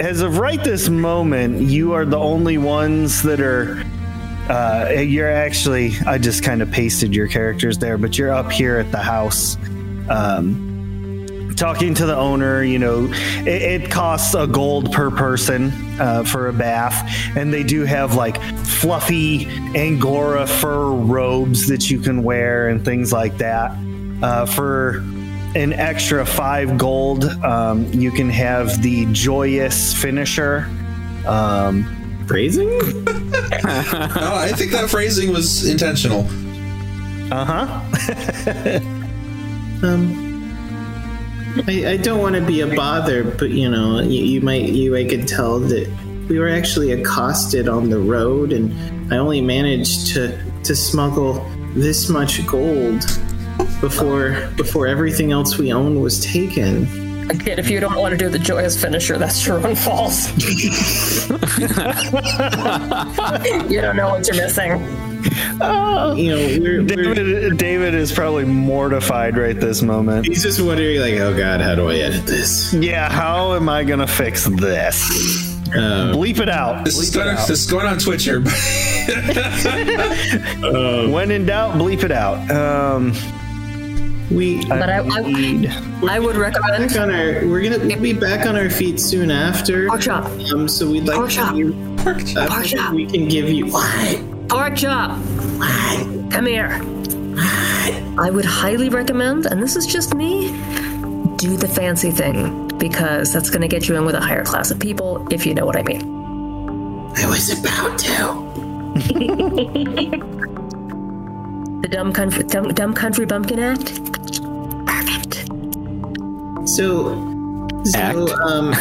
A: as of right this moment, you are the only ones that are. Uh, you're actually. I just kind of pasted your characters there, but you're up here at the house. Um, talking to the owner, you know, it, it costs a gold per person uh, for a bath, and they do have like fluffy angora fur robes that you can wear and things like that. Uh, for an extra five gold, um, you can have the joyous finisher. Um,
C: Phrasing?
B: Oh, I think that phrasing was intentional.
A: uh huh.
C: Um, I, I don't want to be a bother, but you know, you, you might, you I could tell that we were actually accosted on the road, and I only managed to to smuggle this much gold before before everything else we own was taken.
D: Kid, if you don't want to do the joyous finisher, that's your own fault. (laughs) you don't know what you're missing.
C: You know, we're, we're
A: Oh. David, David is probably mortified right this moment.
C: he's just wondering, like, oh god, how do I edit this?
A: Yeah, how am I gonna fix this?
C: Um,
A: Bleep it out.
B: Uh, This is, going, this is going on Twitch here.
A: When in doubt, bleep it out. Um,
C: we
D: But I, I,
A: need-
D: I would recommend
C: back on our we're gonna we'll be back on our feet soon after.
D: pork chop,
C: Um, so we'd like
D: Pork
C: to
D: chop.
C: hear- I
D: Pork
C: think
D: chop.
C: we can give you what?
D: pork chop. Come here. I would highly recommend, and this is just me, do the fancy thing because that's going to get you in with a higher class of people, if you know what I mean.
C: I was about to.
D: The dumb country, dumb, dumb country bumpkin act. Perfect.
C: So, so
E: Act.
C: um,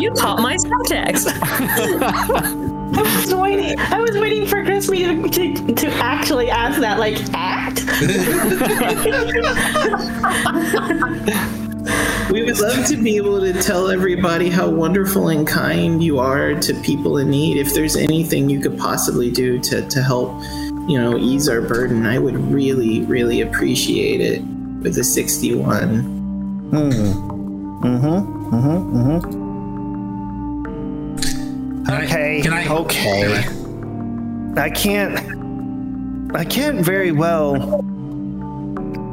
D: You caught my subtext.
F: I was waiting. I was waiting for Crispy to, to, to actually ask that, like, act.
C: we would love to be able to tell everybody how wonderful and kind you are to people in need. If there's anything you could possibly do to to help, you know, ease our burden, I would really, really appreciate it. With a sixty-one,
A: Okay,
B: Can I,
A: okay. I can't. I can't very well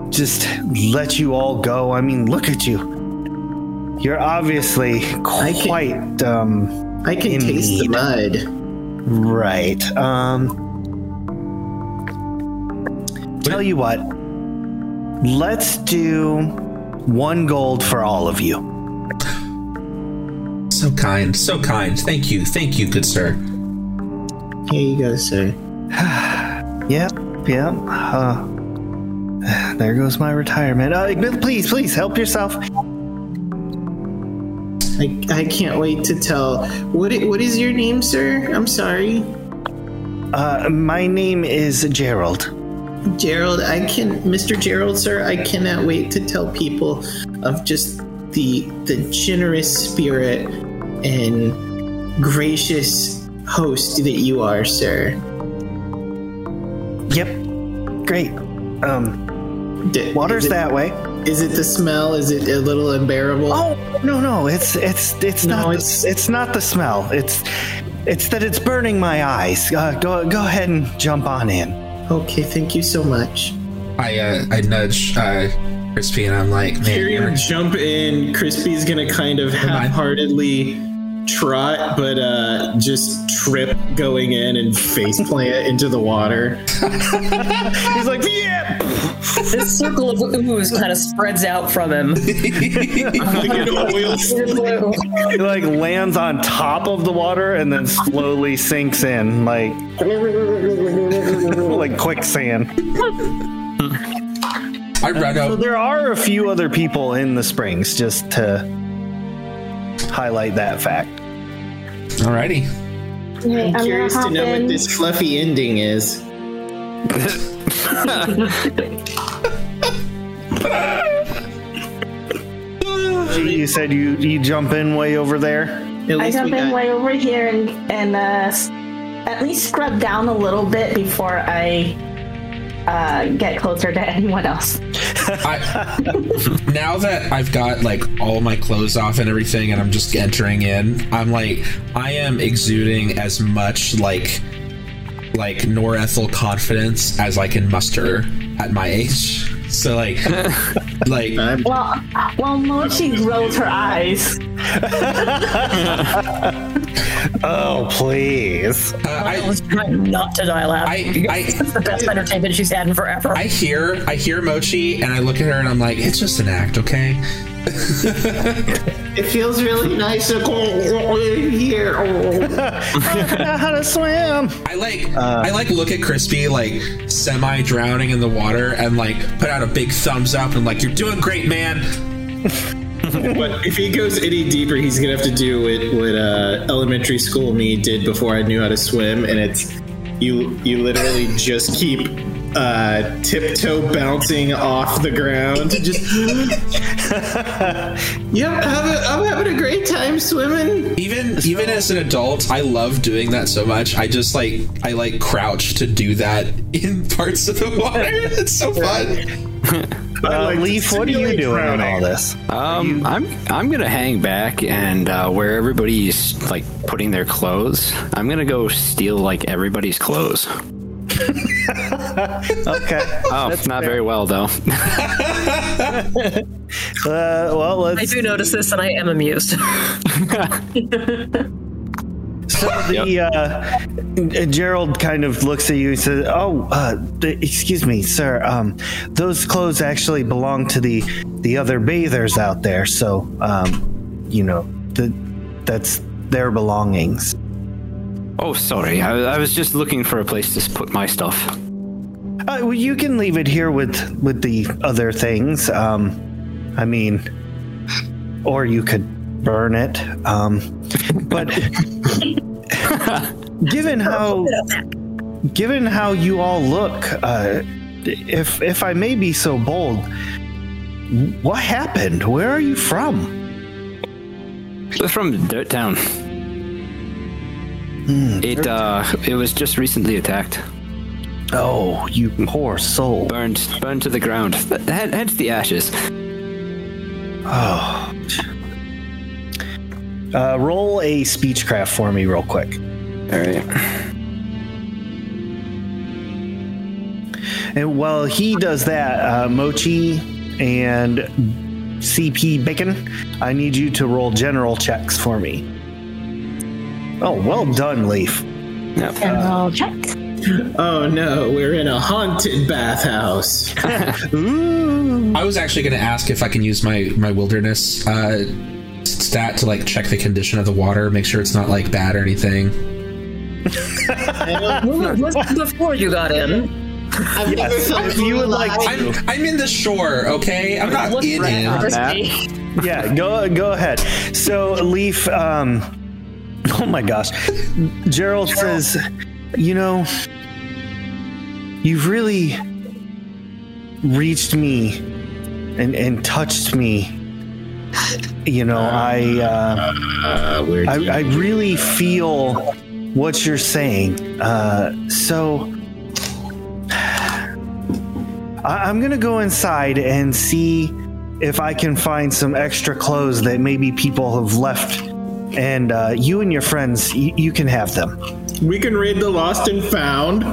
A: just let you all go. I mean, look at you. You're obviously
C: can-
A: quite um,
C: I can taste the
A: Indeed.
C: mud.
A: right. Um, tell you what. Let's do one gold for all of you.
B: So kind, so kind. Thank you, thank you, good sir.
C: Here you go, sir.
A: Yep. Yep. Uh, (sighs) there goes my retirement. Uh, please, please help yourself.
C: I, I can't wait to tell. What i- what is your name, sir? I'm sorry,
A: Uh, my name is Gerald.
C: Gerald. I can, Mr. Gerald, sir. I cannot wait to tell people of just the the generous spirit and gracious host that you are, sir.
A: Yep. Great. Um,
C: D-
A: water's
C: is it-
A: that way.
C: Is it the smell? Is it a little unbearable?
A: Oh no, no, it's it's it's
C: No,
A: not the-
C: it's-
A: it's not the smell. It's it's that it's burning my eyes. Uh, go go ahead and jump on in.
C: Okay, thank you so much.
B: I uh, I nudge uh, Crispy and I'm like, man,
C: Here
B: you're- (laughs)
C: you jump in. Crispy's gonna kind of half-heartedly trot, but uh, just trip going in and face plant into the water.
A: He's like, yeah.
D: This circle of ooze kind of spreads out from him.
C: Like an oil slick.
A: He like lands on top of the water and then slowly sinks in, like (laughs) like quicksand.
B: I run
A: So
B: up.
A: there are a few other people in the springs, just to highlight that fact.
B: Alrighty.
F: Okay, I'm
C: I'm
F: gonna
C: curious to
F: hop
C: know
F: in.
C: what this fluffy ending is.
A: You said you you jump in way over there.
C: At
F: I
C: least we
F: jump in
C: got
F: way over here and and uh, s- at least scrub down a little bit before I uh, get closer to (laughs) anyone else.
B: I, now that I've got like all my clothes off and everything, and I'm just entering in, I'm like, I am exuding as much like, like norethel confidence as I can muster at my age. So like, like uh,
F: Well, while Mochi rolls her eyes,
A: Oh (laughs) please!
D: I was trying not to die laughing.
B: I, I
D: It's the best entertainment she's had in forever.
B: I hear I hear Mochi and I look at her and I'm like, it's just an act, okay?
C: It feels
F: (laughs)
C: really nice to go here.
A: how to swim?
B: I like I like look at Crispy like semi drowning in the water and like put out a big thumbs up and like you're doing great, man.
C: But if he goes any deeper, he's gonna have to do what, what uh, elementary school me did before I knew how to swim, and it's you. You literally just keep uh, tiptoe bouncing off the ground. (laughs) Just (gasps) yep, have a, I'm having a great time swimming.
B: Even even as an adult, I love doing that so much. I just like I like crouch to do that in (laughs) parts of the water. It's so fun.
A: Uh,
G: like to
A: Leaf, what are you
G: simulate
A: doing in
G: drowning.
A: all this?
E: Um, I'm I'm gonna hang back and uh, where everybody's like putting their clothes, I'm gonna go steal like everybody's clothes. (laughs)
A: Okay.
E: Oh, that's not very well though.
A: Uh, well,
D: I
A: let's
D: do notice this, and I am amused.
A: the uh, Gerald kind of looks at you and says, "Oh, uh, th- excuse me, sir. Um, those clothes actually belong to the the other bathers out there. So, um, you know, the, that's their belongings."
E: oh, sorry, I, I was just looking for a place to put my stuff.
A: Uh, well, you can leave it here with with the other things. Um, I mean, or you could burn it. Um, but given how given how you all look, uh, if if I may be so bold, what happened? Where are you from?
E: They're from Dirt Town. it uh, it was just recently attacked,
A: Oh, you poor soul.
E: burned, burned to the ground. Th- hen- Hence the ashes.
A: Oh. Uh, roll a speechcraft for me, real quick.
E: All right.
A: And while he does that, uh, Mochi and CP Bacon, I need you to roll general checks for me. Oh, well done, Leaf.
F: and I'll check.
C: Oh no, we're in a haunted bathhouse.
A: Ooh.
B: I was actually gonna ask if I can use my my wilderness uh stat to like check the condition of the water, make sure it's not like bad or anything.
D: Well, it was (laughs) before you got in.
C: I've never felt
A: If you would like
C: alive.
B: I'm I'm in the shore, okay? I'm not in it.
A: Yeah, go go ahead. So Leaf, um, oh my gosh, Gerald says, you know, you've really reached me and and touched me. You know, I. Uh,
C: Uh, we're
A: I, I really feel what you're saying. Uh, so I, I'm gonna go inside and see if I can find some extra clothes that maybe people have left. And uh, you and your friends, y- you can have them.
C: we can read the lost and found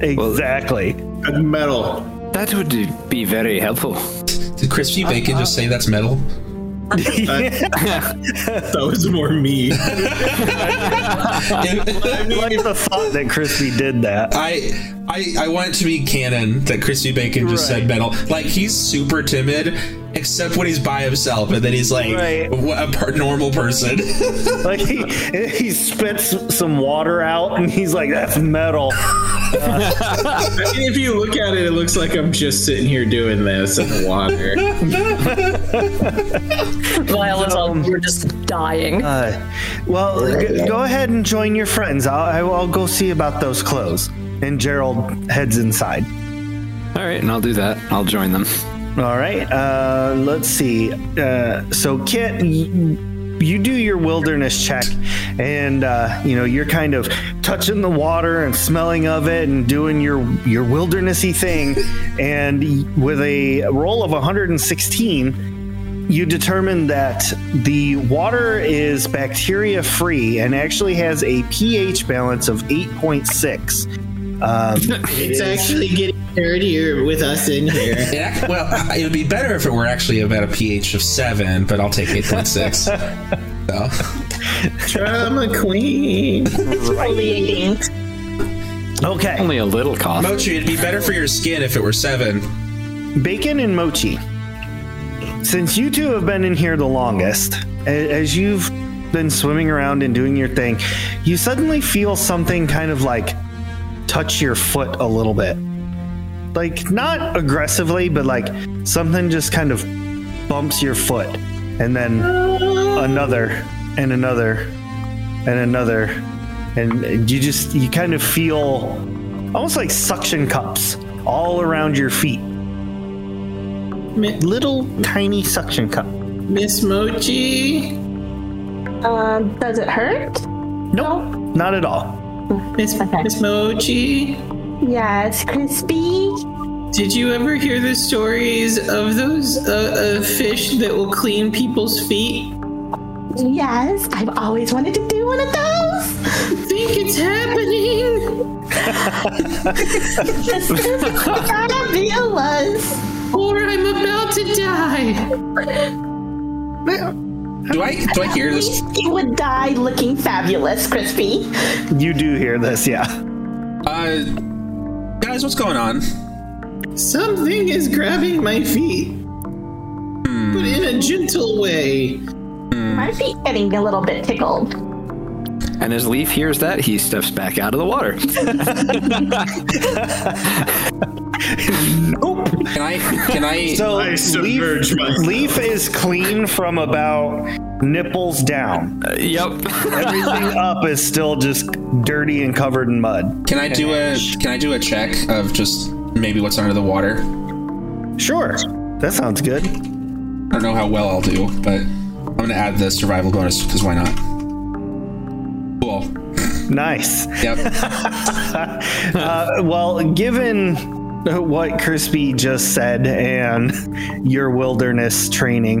A: Exactly.
C: of metal.
E: That would be very helpful.
B: Did Crispy Bacon just say that's metal?
C: That was more (laughs) me.
A: like the thought that Crispy did that.
B: I, I I want it to be canon that Crispy Bacon just said metal. Like he's super timid, except when he's by himself, and then he's like
A: Right.
B: wh- a per- normal (laughs) person.
A: Like he he spits some water out, and he's like, "That's metal."
C: I mean, if you look at it, it looks like I'm just sitting here doing this in the water.
D: Viola's all, we're just dying.
A: Uh, well, g- go ahead and join your friends. I'll, I'll go see about those clothes. And Gerald heads inside.
E: All right, and I'll do that. I'll join them.
A: All right. Uh, let's see. Uh, so, Kit, y- you do your wilderness check, and uh, you know you're kind of touching the water and smelling of it, and doing your your wildernessy thing. and y- with a roll of 116, you determine that the water is bacteria free and actually has a pH balance of 8.6.
C: It's actually getting dirtier with us in (laughs) here.
B: Yeah, well, I- it would be better if it were actually about a pH of seven, but I'll take eight point six.
A: (laughs)
B: So.
C: Trauma queen.
F: Exfoliating.
A: Okay.
E: Only a little cough.
B: Mochi, it'd be better for your skin if it were seven.
A: Bacon and Mochi, since you two have been in here the longest, a- as you've been swimming around and doing your thing, you suddenly feel something kind of like touch your foot a little bit. Like, not aggressively, but like something just kind of bumps your foot. And then another, and another, and another. And you just, you kind of feel almost like suction cups all around your feet little tiny suction cup.
C: Miss Mochi.
F: Uh,
C: Um,
F: does it hurt?
A: Nope, not at all.
C: Miss, Miss Mochi.
F: Yeah, it's crispy.
C: Did you ever hear the stories of those uh, uh, fish that will clean people's feet?
F: Yes, I've always wanted to do one of those.
C: think it's happening.
F: This is fabulous.
C: Or I'm about to die.
B: Do I do I hear this?
F: You (laughs) would die looking fabulous, crispy.
A: You do hear this, yeah.
B: Uh, guys, what's going on?
C: Something is grabbing my feet. But in a gentle way.
F: My feet getting a little bit tickled.
E: And as Leaf hears that, he steps back out of the water.
B: Can I can I?
A: So
G: I submerge
A: leaf,
G: myself.
A: leaf is clean from about nipples down.
E: Uh, (laughs) yep.
A: Everything up is still just dirty and covered in mud.
B: can I do a can I do a check of just maybe what's under the water?
A: Sure, that sounds good.
B: I don't know how well I'll do, but I'm gonna add the survival bonus because why not? Cool.
A: Nice. (laughs)
B: Yep.
A: Uh, well, given what Crispy just said and your wilderness training,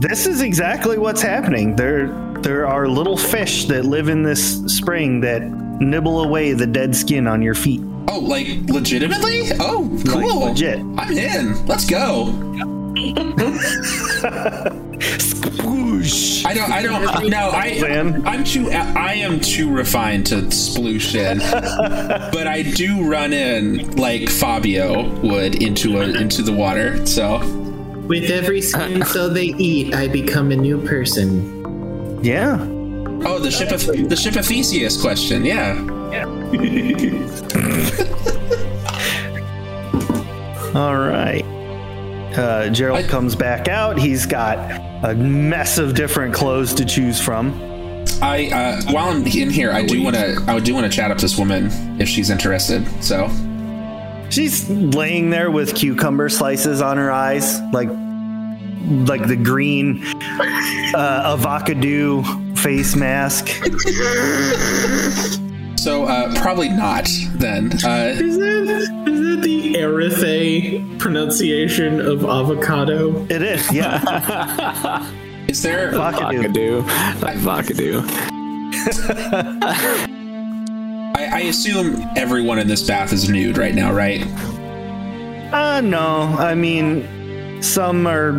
A: this is exactly what's happening. There, there are little fish that live in this spring that nibble away the dead skin on your feet.
B: Oh, like legitimately? Oh, cool.
A: Like, legit.
B: I'm in. Let's go.
A: Sploosh.
B: I don't.
A: (laughs)
B: I don't. No. I.
A: Van.
B: I'm too. I am too refined to
A: (laughs)
B: sploosh in. but I do run in like Fabio would into a into the water. So
C: With every (laughs) spoon so they eat, I become a new person.
A: Yeah.
B: oh, the ship of the ship of Theseus question. Yeah.
A: All right. Uh, Gerald comes back out. He's got a mess of different clothes to choose from.
B: I uh, while I'm in here, I do want to. I do want to chat up this woman if she's interested. So
A: She's laying there with cucumber slices on her eyes, like like the green uh, avocado face mask.
B: so uh, probably not then. Uh,
C: Is that, (laughs) is that the Erithe pronunciation of avocado?
A: It is, yeah,
B: is there?
A: avocado.
E: Vakadu. Vakadu.
B: I, I assume everyone in this bath is nude right now, right?
A: Uh, no, I mean some are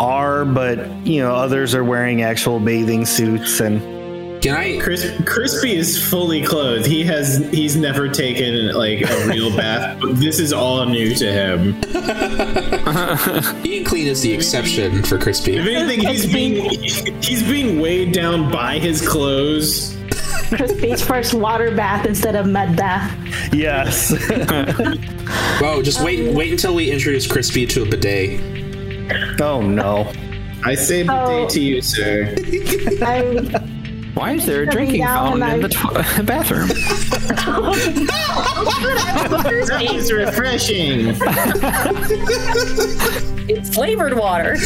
A: are, but you know others are wearing actual bathing suits and
B: Can I?
C: Cris- Crispy is fully clothed. He has he's never taken like a (laughs) real bath. but This is all new to him.
B: Being clean is the exception for Crispy.
C: If anything, he's being he's being weighed down by his clothes. (laughs)
F: Crispy's first water bath instead of mud bath.
A: Yes. (laughs)
B: Whoa, just wait wait until we introduce Crispy to a bidet.
A: oh no.
C: I say bidet
F: Oh.
C: to you, sir.
F: I'm
E: Why is there a
F: Sitting
E: drinking
F: down
E: fountain in
F: and
E: the tw- uh, bathroom?
C: That is refreshing.
D: It's flavored water.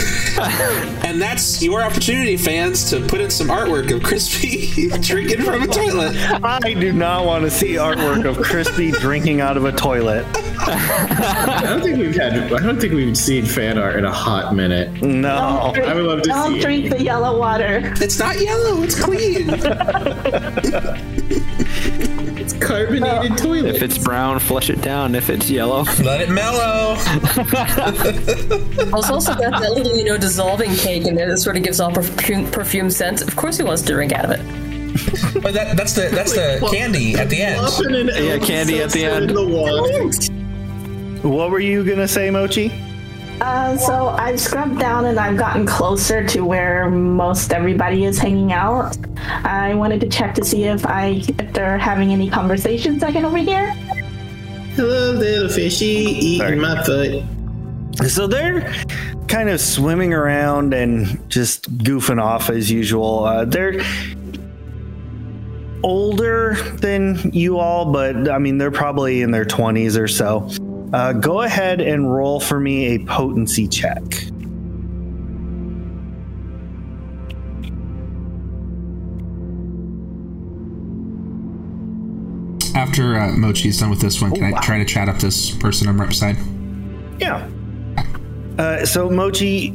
B: And that's your opportunity, fans, to put in some artwork of Crispy (laughs) drinking from a toilet.
A: I do not want to see artwork of Crispy drinking out of a toilet.
C: I don't think we've had. I don't think we've seen fan art in a hot minute.
A: No.
C: I would love to
F: Don't
C: see it.
F: drink the yellow water.
B: It's not yellow, it's clean.
C: It's carbonated (laughs)
E: if
C: toilet.
E: it's brown, flush it down. If it's (laughs) yellow,
B: Let it mellow.
D: I was also got that little, you know, dissolving cake in there that sort of gives off perfume, perfume scent. Of course, he wants to drink out of it.
B: But that, that's the that's the candy at the end.
C: Up in an
E: Yeah, candy at the
C: in
E: end.
C: the water.
A: What were you gonna say, Mochi?
F: Uh, so I've scrubbed down and I've gotten closer to where most everybody is hanging out. I wanted to check to see if I if they're having any conversations I can overhear.
C: Hello, little fishy, eating
A: Sorry.
C: my foot.
A: So they're kind of swimming around and just goofing off as usual. Uh, they're older than you all, but I mean, they're probably in their 20s or so. Uh, go ahead and roll for me a potency check.
B: After uh, Mochi's done with this one, can I try to chat up this person I'm right beside?
A: Yeah. Uh, so Mochi,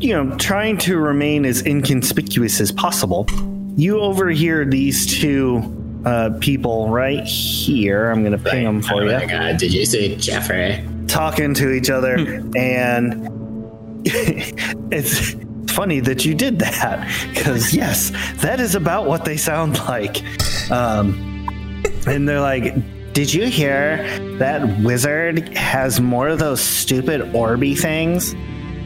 A: you know, trying to remain as inconspicuous as possible, you overhear these two uh, people right here. I'm going to ping them for you,
C: god, Uh, did you say Jeffrey?
A: talking to each other, and (laughs) it's funny that you did that because yes, that is about what they sound (laughs) like. Um, and they're like. Did you hear that wizard has more of those stupid orby things?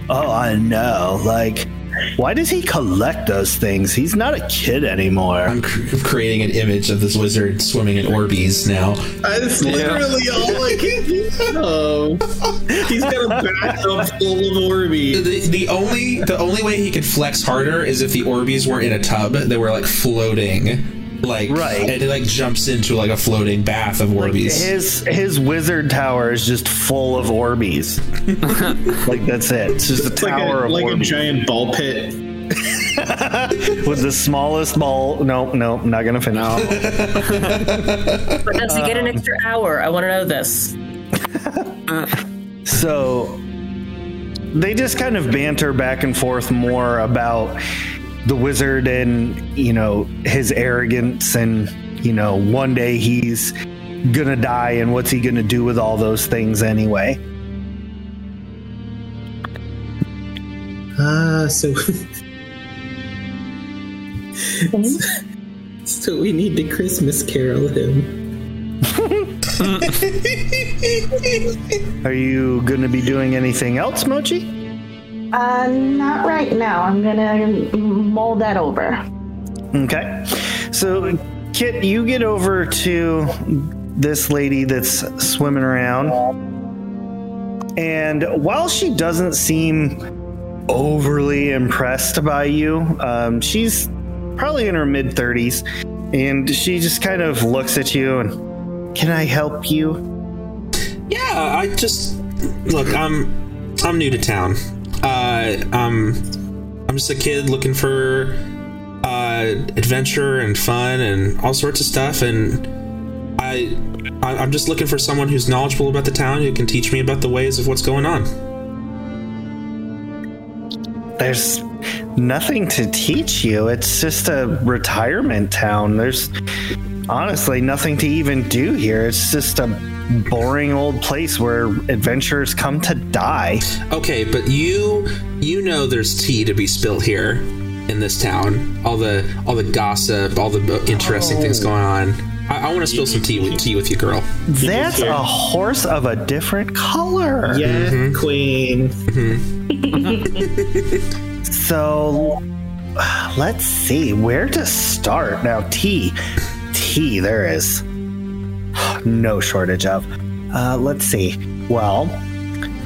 A: Oh, I know. Like, why does he collect those things? He's not a kid anymore.
B: I'm cr- creating an image of this wizard swimming in Orbeez now.
C: That's literally all I can think of. He's got a bathtub full of Orbeez.
B: The, the only the only way he could flex harder is if the Orbeez were in a tub. They were like floating, like
A: Right.
B: And it like jumps into like a floating bath of Orbeez.
A: His his wizard tower is just full of
C: (laughs)
A: Orbeez. like that's it. It's just a
C: It's like,
A: tower
C: a, like a
A: of Orbeez
C: giant ball pit.
A: with the smallest ball. No, no, not gonna finish.
D: But does he get an extra hour? I want to know this.
A: So they just kind of banter back and forth more about the wizard and, you know, his arrogance and, you know, one day he's gonna die and what's he gonna do with all those things anyway.
C: Ah, so. (laughs) so we need to Christmas carol him.
A: Are you gonna be doing anything else, Mochi?
F: Uh, not right now. I'm gonna mull that over.
A: Okay. So, Kit, you get over to this lady that's swimming around. And while she doesn't seem overly impressed by you, um, she's probably in her mid 30s. And she just kind of looks at you and, Can I help you?
B: Yeah, I just look. I'm I'm new to town. Uh, um, I'm just a kid looking for uh, adventure and fun and all sorts of stuff. And I I- I'm just looking for someone who's knowledgeable about the town who can teach me about the ways of what's going on.
A: There's nothing to teach you. It's just a retirement town. There's honestly nothing to even do here. It's just a boring old place where adventurers come to die.
B: Okay, but you you know there's tea to be spilt here. in this town. All the all the gossip, all the interesting things going on. I, I want to spill some tea with tea with you, girl.
A: That's a horse of a different color.
C: Yeah, queen.
A: So let's see where to start. Now, tea. Tea, there is no shortage of. Uh, let's see. Well,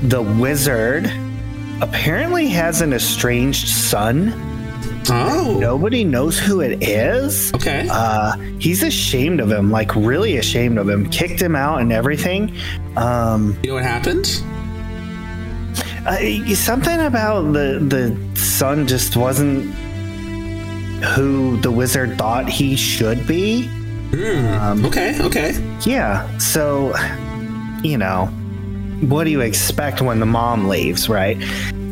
A: the wizard apparently has an estranged son.
B: Oh,
A: Nobody knows who it is.
B: okay.
A: Uh, he's ashamed of him, like really ashamed of him. Kicked him out and everything. Um,
B: you know what happened?
A: uh, something about the the son just wasn't who the wizard thought he should be.
B: Okay, okay.
A: Yeah, so you know, what do you expect when the mom leaves, right?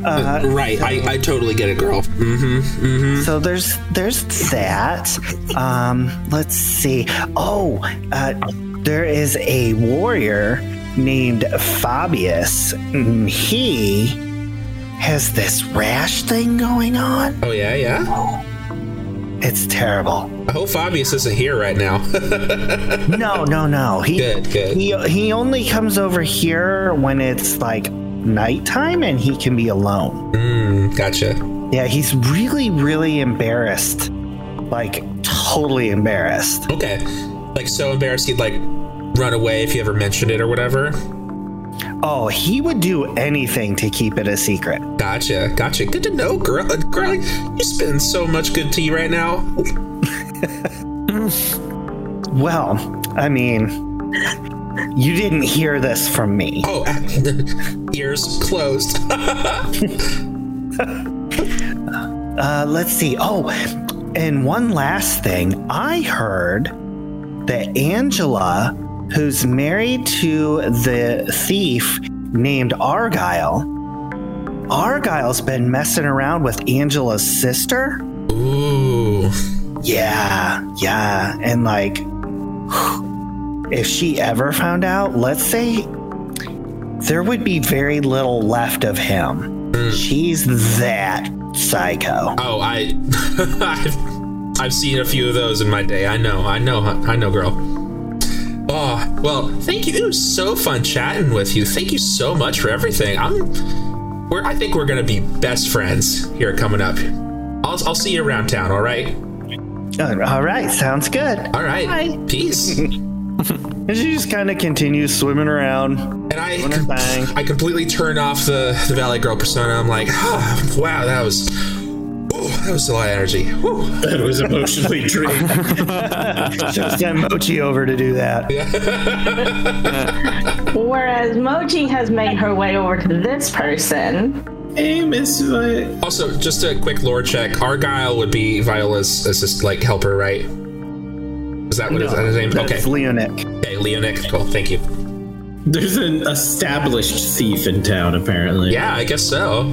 A: Uh,
B: right, I, I totally get it, girl. Mm-hmm.
A: so there's there's that. Um, let's see. Oh, uh, there is a warrior named Fabius. and He has this rash thing going on.
B: Oh yeah, yeah.
A: It's terrible.
B: I hope Fabius isn't here right now. (laughs)
A: No, no, no. He
B: Good, good.
A: he he only comes over here when it's like nighttime and he can be alone.
B: Hmm, gotcha.
A: Yeah, he's really, really embarrassed. Like, totally embarrassed.
B: Okay. Like so embarrassed he'd like run away if you ever mentioned it or whatever.
A: Oh, he would do anything to keep it a secret.
B: Gotcha, gotcha. Good to know, girl. Uh, Girl, you spend so much good tea right now.
A: Well, I mean, you didn't hear this from me.
B: Oh, (laughs) ears closed. (laughs)
A: Uh, let's see. Oh, and one last thing. I heard that Angela, who's married to the thief named Argyle, Argyle's been messing around with Angela's sister.
B: Ooh.
A: Yeah, yeah. And like, if she ever found out, let's say there would be very little left of him. She's that psycho.
B: Oh, I (laughs) I've, I've seen a few of those in my day. I know. I know. I know, girl. Oh, well, thank you. It was so fun chatting with you. Thank you so much for everything. I'm we're I think we're going to be best friends here coming up. I'll I'll see you around town, all right?
A: Uh, All right, sounds good.
B: All right. Peace.
A: And she just kind of continues swimming around.
B: And I,
A: Doing her thing.
B: I completely turn off the, the Valley Girl persona. I'm like, (sighs) "Ah, wow, that was, ooh, that was a lot of energy. Whew."
G: That was
C: (laughs)
G: emotionally draining.
A: She sent Mochi over to do that.
F: Whereas Moji has made her way over to this person.
C: Hey, Miss Violet.
B: Also, just a quick lore check. Argyle would be Viola's assist, like helper, right? Is that what is that his name? Okay,
A: It's Leonic.
B: okay, Leonic. Cool, thank you.
C: There's an established thief in town, apparently.
B: Yeah, I guess so.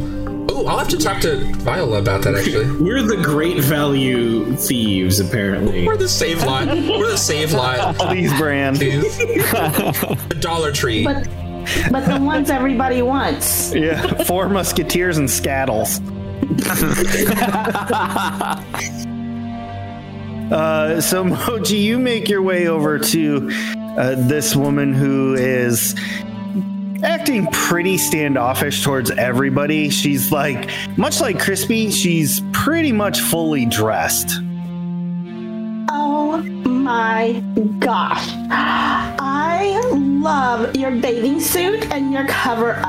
B: Ooh, I'll have to talk to Viola about that
C: (laughs)
B: actually.
C: We're the great value thieves, apparently.
B: We're the save lot. We're the save lot.
A: Please, Brand.
B: The Dollar Tree.
F: But but the ones everybody wants.
A: Yeah, (laughs) four musketeers and scattles. uh, so (laughs) Moji, you make your way over to uh, this woman who is acting pretty standoffish towards everybody. She's like, much like Crispy, she's pretty much fully dressed.
F: Oh my gosh. I love your bathing suit and your cover up.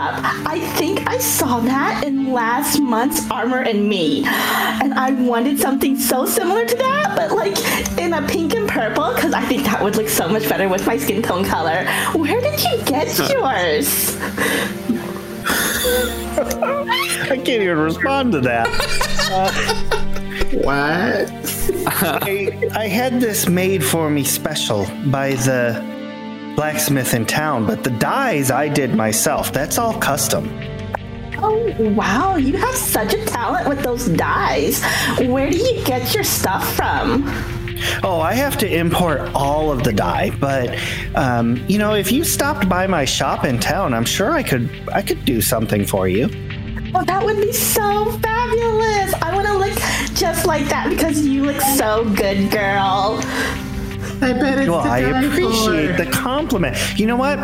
F: I think I saw that in last month's Armor and Me. And I wanted something so similar to that, but like in a pink and purple, because I think that would look so much better with my skin tone color. Where did you get yours?
A: I can't even respond to that.
C: (laughs) What?
A: I, I had this made for me special by the blacksmith in town, but the dyes I did myself. That's all custom.
F: Oh, wow, you have such a talent with those dyes. Where do you get your stuff from?
A: Oh, I have to import all of the dye, but um, you know, if you stopped by my shop in town, I'm sure I could I could do something for you.
F: Oh, that would be so fabulous! I want to look just like that because you look so good, girl.
C: I bet it's
A: Well,
C: to
A: I
C: die
A: appreciate
C: for.
A: the compliment. You know what?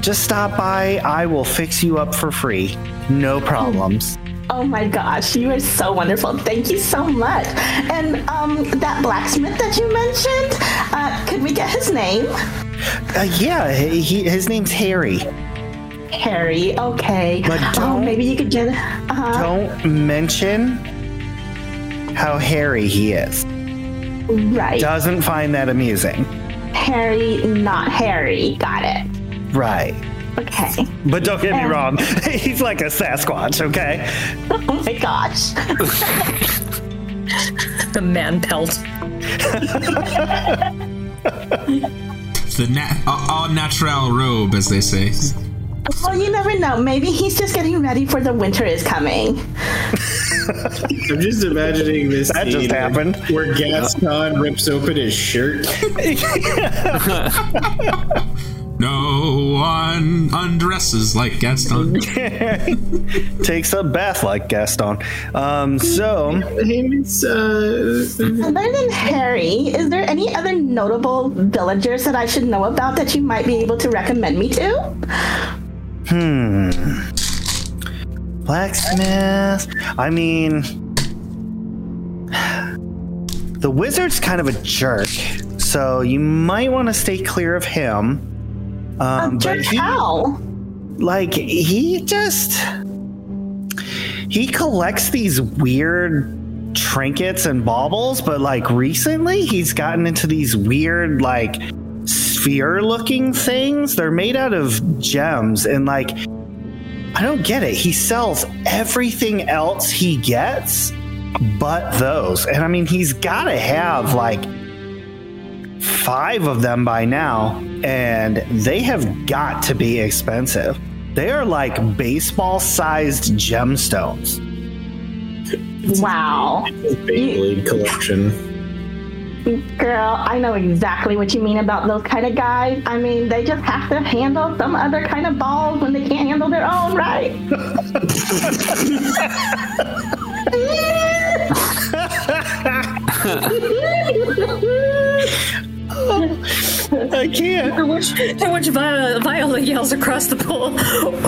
A: Just stop by. I will fix you up for free. No problems.
F: Oh my gosh, you are so wonderful. Thank you so much. And um, that blacksmith that you mentioned, uh, could we get his name?
A: Uh, yeah, he, he, his name's Harry.
F: Harry. Okay.
A: But
F: oh,
A: don't-
F: maybe you could get. Uh,
A: Don't mention how hairy he is.
F: right.
A: Doesn't find that amusing.
F: Harry, not Harry. Got it.
A: Right.
F: Okay.
A: But don't get me
F: Um.
A: wrong. (laughs) He's like a Sasquatch, okay?
F: Oh my gosh.
D: The man pelt.
B: The na- all natural robe, as they say.
F: Well, Oh, you never know. Maybe he's just getting ready for the winter is coming.
C: I'm just imagining this.
A: That just
C: scene
A: happened.
C: Where Gaston rips open his shirt.
B: No one undresses like Gaston.
A: Takes a bath like Gaston. Um, so,
C: Hey, Miss. Uh,
F: Other than Harry, is there any other notable villagers that I should know about that you might be able to recommend me to?
A: blacksmith. I mean, (sighs) the wizard's kind of a jerk, so you might want to stay clear of him. Um, but
F: Jerk
A: he-
F: how?
A: like he just he collects these weird trinkets and baubles but like recently he's gotten into these weird like sphere looking things they're made out of gems and like i don't get it he sells everything else he gets but those and i mean he's gotta have like five of them by now, and they have got to be expensive. They are like baseball sized gemstones.
F: Wow.
G: Beyblade collection.
F: Girl, I know exactly what you mean about those kind of guys. I mean, they just have to handle some other kind of balls when they can't handle their own, right?
A: I can't.
D: And which, and which Viola, Viola yells across the pool,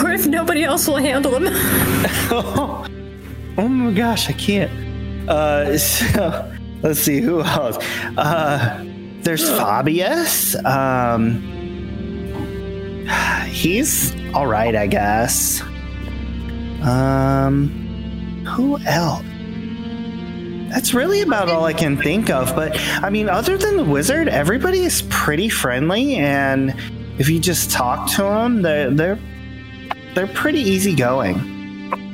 D: or if nobody else will handle them.
A: Oh, my gosh, I can't. Uh, (laughs) so let's see who else. Uh, there's Fabius. Um, he's all right, I guess. Um, who else? That's really about all I can think of. But I mean, other than the wizard, everybody is pretty friendly, and if you just talk to them, they're they're they're pretty easygoing.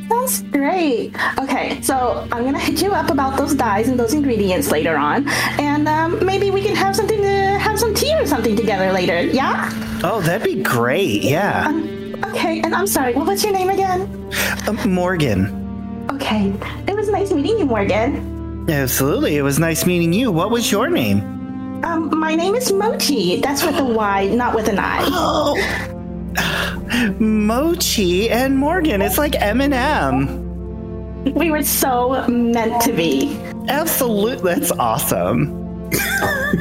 F: Sounds great. Okay, so I'm gonna hit you up about those dyes and those ingredients later on, and um, maybe we can have something to have some tea or something together later. Yeah. Um,
A: Oh, that'd be great. Yeah.
F: Okay. And I'm sorry. What was your name again?
A: Um, Morgan.
F: Okay. It was nice meeting you, Morgan.
A: Absolutely. It was nice meeting you. What was your name?
F: Um, my name is Mochi. That's with a Y, not with
A: (laughs)
F: an I.
A: Oh. (sighs) Mochi and Morgan. It's like Eminem.
F: We were so meant to be.
A: Absolutely. That's awesome. (laughs)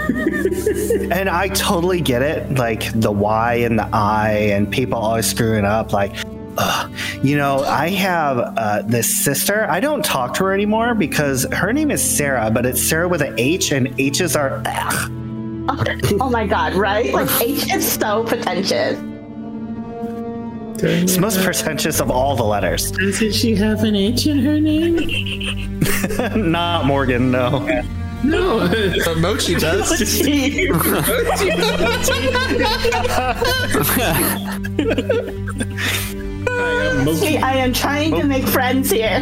A: and I totally get it. Like the Y and the I, and people always screwing up. Like, ugh. you know, I have uh, this sister. I don't talk to her anymore because her name is Sarah, but it's Sarah with an H, and H's are.
F: Oh my God! Right? Like H is so pretentious.
A: It's the most pretentious of all the letters.
C: does she have an H in her name?
A: Not Morgan, no.
C: No.
B: Mochi does.
F: See, I am trying to make friends here.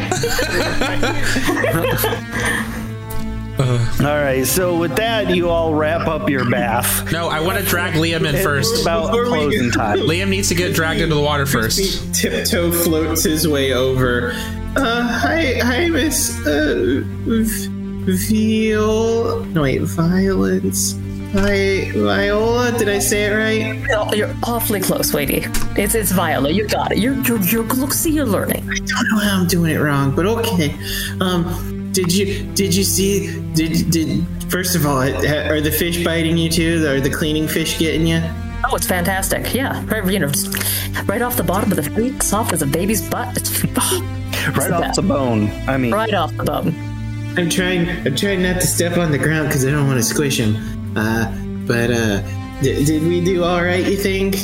A: All right, so with that, you all wrap up your bath.
B: No, I want to drag Liam in
A: It's
B: first.
A: about
C: Before we
A: closing
C: get-
A: time.
B: Liam needs to get dragged into the water first.
C: He tiptoe floats his way over. Uh, hi, hi, Miss. Uh, v- Viol. No, wait, violence. Vi- Viola, did I say it right?
D: Oh, You're awfully close, Wadey. It's it's Viola. You got it. You're you're, you're look. See, you're learning.
C: I don't know how I'm doing it wrong, but okay. Um, did you did you see? Did did first of all, ha- are the fish biting you too? Are the cleaning fish getting you?
D: Oh, it's fantastic. Yeah, right. You know, just right off the bottom of the feet, soft as a baby's butt.
A: (laughs)
D: It's
A: Right off the bone. I mean,
D: right off the bone.
C: I'm trying. I'm trying not to step on the ground because I don't want to squish him. Uh, but uh, d- did we do all right? You think?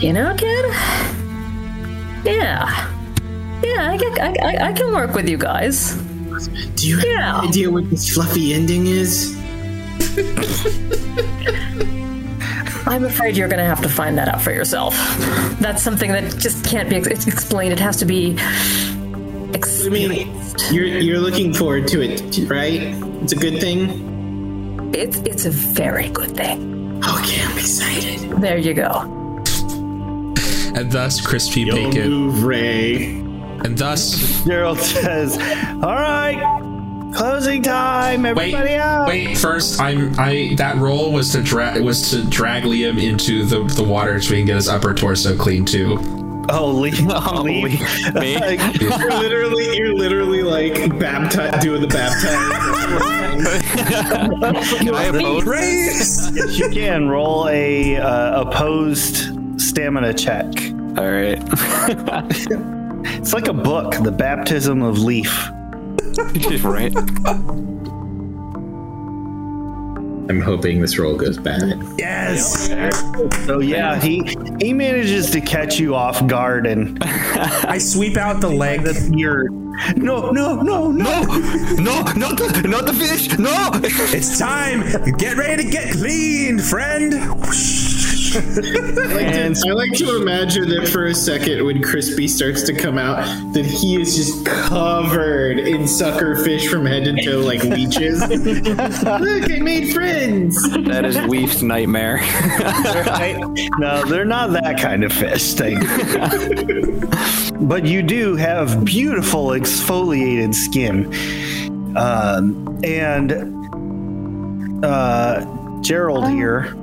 D: You know, kid? Yeah. Yeah, I can, I, I, I can work with you guys.
C: Do you have
D: Yeah.
C: any idea what this fluffy ending is?
D: I'm afraid you're going to have to find that out for yourself. That's something that just can't be ex- it's explained. It has to be. Ex-
C: I mean, you're you're looking forward to it, right? It's a good thing.
D: it's, it's a very good thing.
A: Oh,
C: Okay, I'm excited.
D: There you go.
B: And thus, crispy bacon.
G: move, Ray.
B: And thus,
A: Gerald says, "All right, closing time.
B: wait,
A: Everybody out."
B: wait. First, I'm I that roll was to drag was to drag Liam into the the water so we can get his upper torso clean too.
A: Oh, leave! leave.
E: me.
A: Like,
G: You're literally, you're literally like baptized, doing the baptism.
E: Can I have both?
A: yes, you can roll a uh, opposed stamina check.
E: All right. (laughs)
A: It's like a book, The Baptism of Leaf.
E: Just right.
G: I'm hoping this roll goes bad.
A: Yes. So yeah, he he manages to catch you off guard and
H: I sweep out the leg.
A: you're no no no no.
E: No, no, not the, not the fish. No.
H: It's time. Get ready to get clean, friend.
A: And
C: I like to imagine that for a second when Crispy starts to come out, that he is just covered in sucker fish from head to toe like leeches. Look, I made friends.
E: That is Leaf's nightmare. (laughs)
A: no, they're not that kind of fish. Thank you.
H: (laughs)
A: but you do have beautiful exfoliated skin. Um, and uh, Gerald here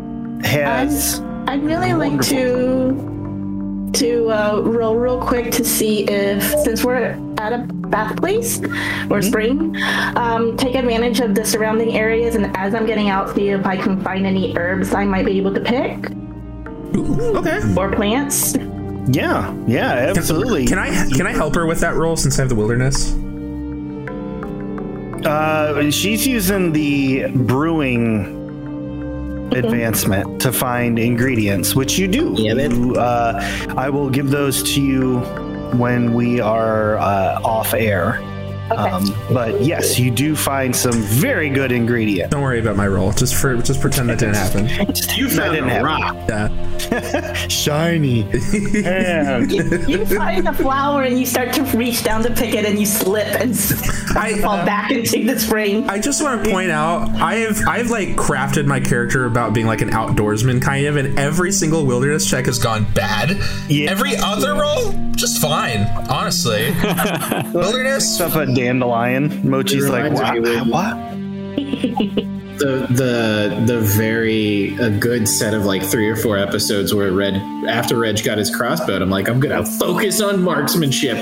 A: has.
F: I'd really like to to uh, roll real quick to see if, since we're at a bath place
H: Mm-hmm.
F: or spring, um, take advantage of the surrounding areas and as I'm getting out, see if I can find any herbs I might be able to pick
H: Okay.
F: or plants.
A: Yeah, yeah, absolutely.
H: Can I can I help her with that roll since I have the wilderness?
A: Uh, she's using the brewing advancement to find ingredients, which you do.
C: Yeah, that-
A: You, uh, I will give those to you when we are uh, off air.
F: Okay.
A: Um,
H: Um.
A: but yes, you do find some very good ingredient.
H: Don't worry about my roll. Just for just pretend that didn't happen.
C: You found
A: didn't
C: a
A: happen.
C: rock.
H: Yeah.
A: Shiny. And
F: (laughs) you find the flower and you start to reach down to pick it and you slip and s-
H: I-
F: fall back into the spring.
H: I just want to point out I've I've like crafted my character about being like an outdoorsman kind of, and every single wilderness check has gone bad.
A: Yeah.
B: Every other roll, just fine.
A: (laughs)
B: Honestly,
A: (laughs)
B: wilderness.
A: stuff a dandelion. Mochi's
G: It
A: like,
G: reminds
A: what?
G: me when-
A: what?
G: the the the very a good set of like three or four episodes where Red after Reg got his crossbow, I'm like, I'm gonna focus on marksmanship.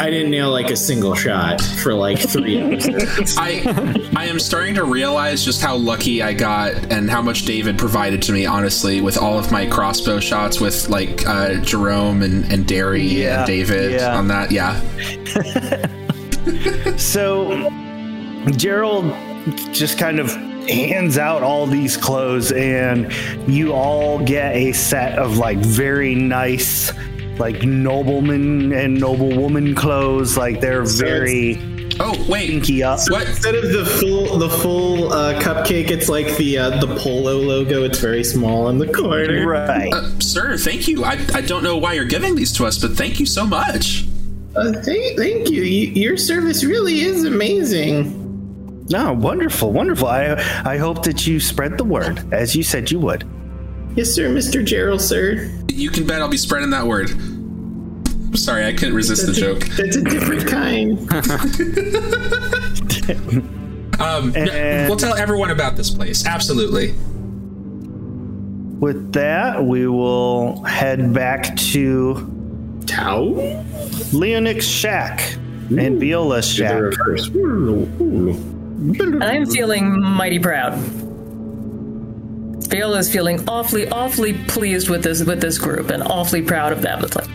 G: I didn't nail like a single shot for like (laughs) three episodes.
B: I I am starting to realize just how lucky I got and how much David provided to me, honestly, with all of my crossbow shots with like uh, Jerome and, and Derry
A: Yeah,
B: and David
A: yeah.
B: on that. Yeah.
A: So Gerald just kind of hands out all these clothes, and you all get a set of like very nice, like nobleman and noblewoman clothes. Like they're very
B: Oh wait.
A: pinky up.
B: What?
C: Instead of the full the full uh, cupcake, it's like the uh, the polo logo. It's very small in the corner.
A: Right.
B: Uh, sir, thank you. I, I don't know why you're giving these to us, but thank you so much.
C: Uh, thank, thank you. Y- Your service really is amazing.
A: No, wonderful, wonderful. I I hope that you spread the word as you said you would.
C: Yes, sir, Mr. Gerald, sir.
B: You can bet I'll be spreading that word. Sorry, I couldn't resist the joke.
C: That's a different kind.
B: Um, no,
A: And-
B: Um, we'll tell everyone about this place. Absolutely.
A: with that, we will head back to
G: Tau?
A: Leonix Shack and Viola's
G: The
A: Shack.
G: reverse. Ooh.
D: I'm feeling mighty proud. Viola is feeling awfully, awfully pleased with this with this group and awfully proud of them. It's like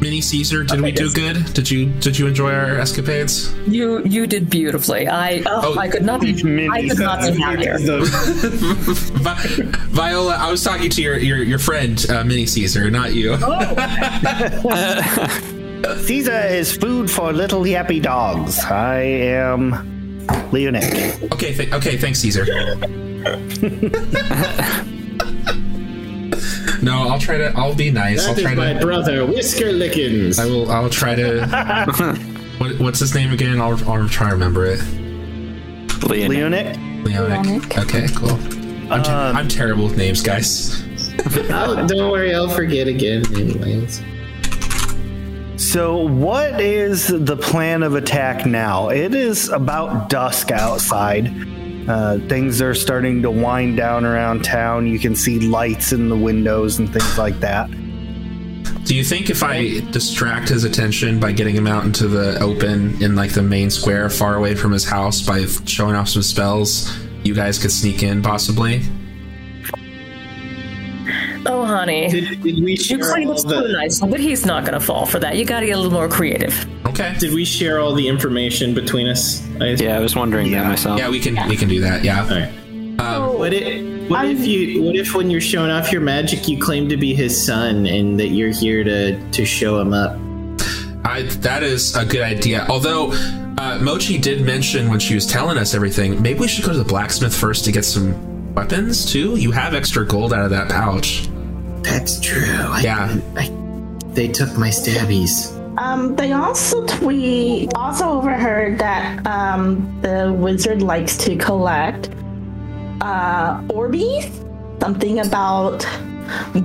B: Mini Caesar, did we do good? Did you did you enjoy our escapades?
D: you you did beautifully. I oh,
B: Oh,
D: I could not be I could not be happier.
B: Vi- Viola, I was talking to your your, your friend uh, Mini Caesar, not you.
G: Oh.
A: Caesar is food for little yappy dogs. I am Leonix.
B: Okay, th- okay, thanks
G: (laughs)
B: Caesar. no, I'll try to. I'll be nice. I'll
G: That
B: try
G: is my
B: to.
G: brother, Whisker Lickens.
B: I will. I'll try to. what, what's his name again? I'll, I'll try to remember it.
E: Leon.
A: Leonix?
B: Leonic.
I: Leonic.
B: Okay, cool. I'm, ter-
G: Um,
B: I'm terrible with names, guys.
G: I'll- don't worry, I'll forget again, anyways.
A: So, what is the plan of attack now? It is about dusk outside. Uh, things are starting to wind down around town. You can see lights in the windows and things like that.
B: Do you think if I distract his attention by getting him out into the open in like the main square, far away from his house, by f- showing off some spells, you guys could sneak in possibly?
D: Oh honey.
G: Did, did we
D: You
G: share
D: claim
G: all
D: it's so
G: the,
D: nice, but he's not gonna fall for that. You gotta get a little more creative.
B: Okay.
G: Did we share all the information between us? I,
E: Yeah, I was wondering that myself.
B: Yeah, we can we can do that. Yeah.
G: All right. What if what if you what if when you're showing off your magic you claim to be his son and that you're here to to show him up?
B: I that is a good idea. Although uh, Mochi did mention when she was telling us everything, maybe we should go to the blacksmith first to get some weapons too. You have extra gold out of that pouch.
G: That's true. I,
B: Yeah.
G: I, they took my stabbies.
F: Um, they also we also overheard that um, the wizard likes to collect uh, Orbeez, something about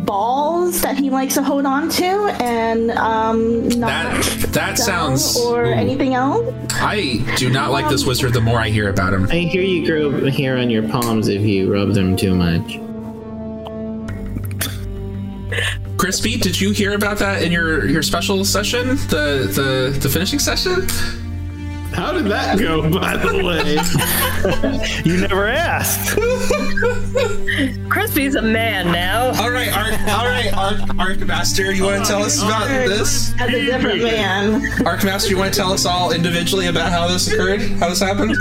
F: balls that he likes to hold on to, and um, not
B: That that
F: dough
B: sounds.
F: or anything else.
B: I do not like this wizard. The more I hear about him,
G: I hear you grow hair on your palms if you rub them too much.
B: Crispy, did you hear about that in your your special session, the the the finishing session?
G: How did that go, by the way?
A: You never asked.
D: Crispy's a man now.
B: All right, Arc, all right, Arc, Arcmaster, you want to tell us about this?
F: As a different
B: (laughs)
F: man, (laughs)
B: Arcmaster, you want to tell us all individually about how this occurred, how this happened?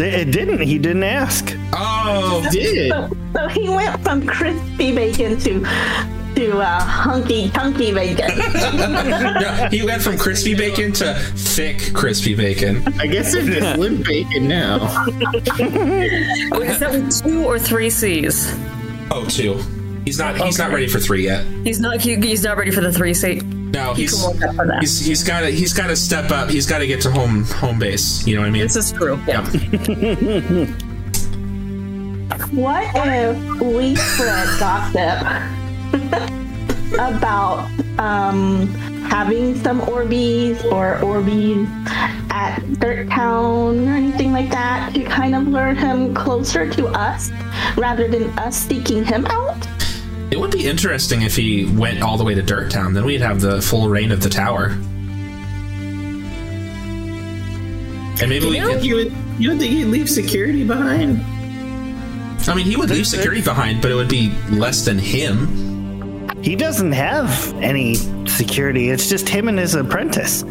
A: It it didn't. He didn't ask.
B: Oh,
G: Did
F: so, so he went from crispy bacon to to uh, hunky chunky bacon.
B: no, he went from crispy bacon to thick crispy bacon.
G: I guess it's (laughs) just limp bacon now.
D: Wait, is that with two or three C's?
B: Oh, two. He's not. He's not ready for three yet.
D: He's not he, he's not ready for the three C.
B: No, he's.
D: We'll go for that.
B: He's, he's got to he's got to step up. He's got to get to home home base. You know what I mean?
D: This is true. Yeah.
F: What if we spread gossip (laughs) about um, having some Orbeez or Orbeez at Dirt Town or anything like that to kind of lure him closer to us rather than us seeking him out?
B: It would be interesting if he went all the way to Dirt Town. Then we'd have the full reign of the tower. And maybe we could.
G: You would, you don't think he'd leave security behind?
B: I mean, he would leave security behind, but it would be less than him.
A: He doesn't have any security. It's just him and his apprentice.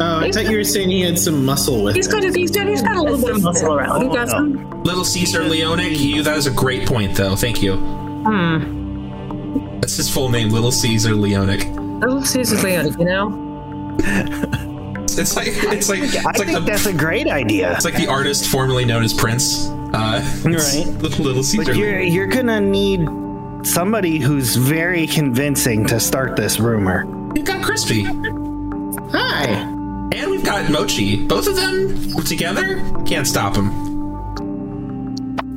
G: Oh, I thought you were saying he had some muscle with
D: He's
G: him.
D: got he's got, he's got a little bit of muscle around. He got some
B: Little Caesar Leonic, you, that is a great point, though. Thank you. Hmm. That's his full name, Little Caesar Leonic.
D: little Caesar's Leonic, you know?
B: It's like it's like it's
A: I
B: like
A: think
B: the
A: that's a great idea.
B: it's like the artist formerly known as Prince. Uh, it's
A: Right.
B: Little Caesar.
A: But you're you're gonna need somebody who's very convincing to start this rumor.
B: We've got Crispy, and
G: Hi.
B: we've got Mochi. Both of them together can't stop him.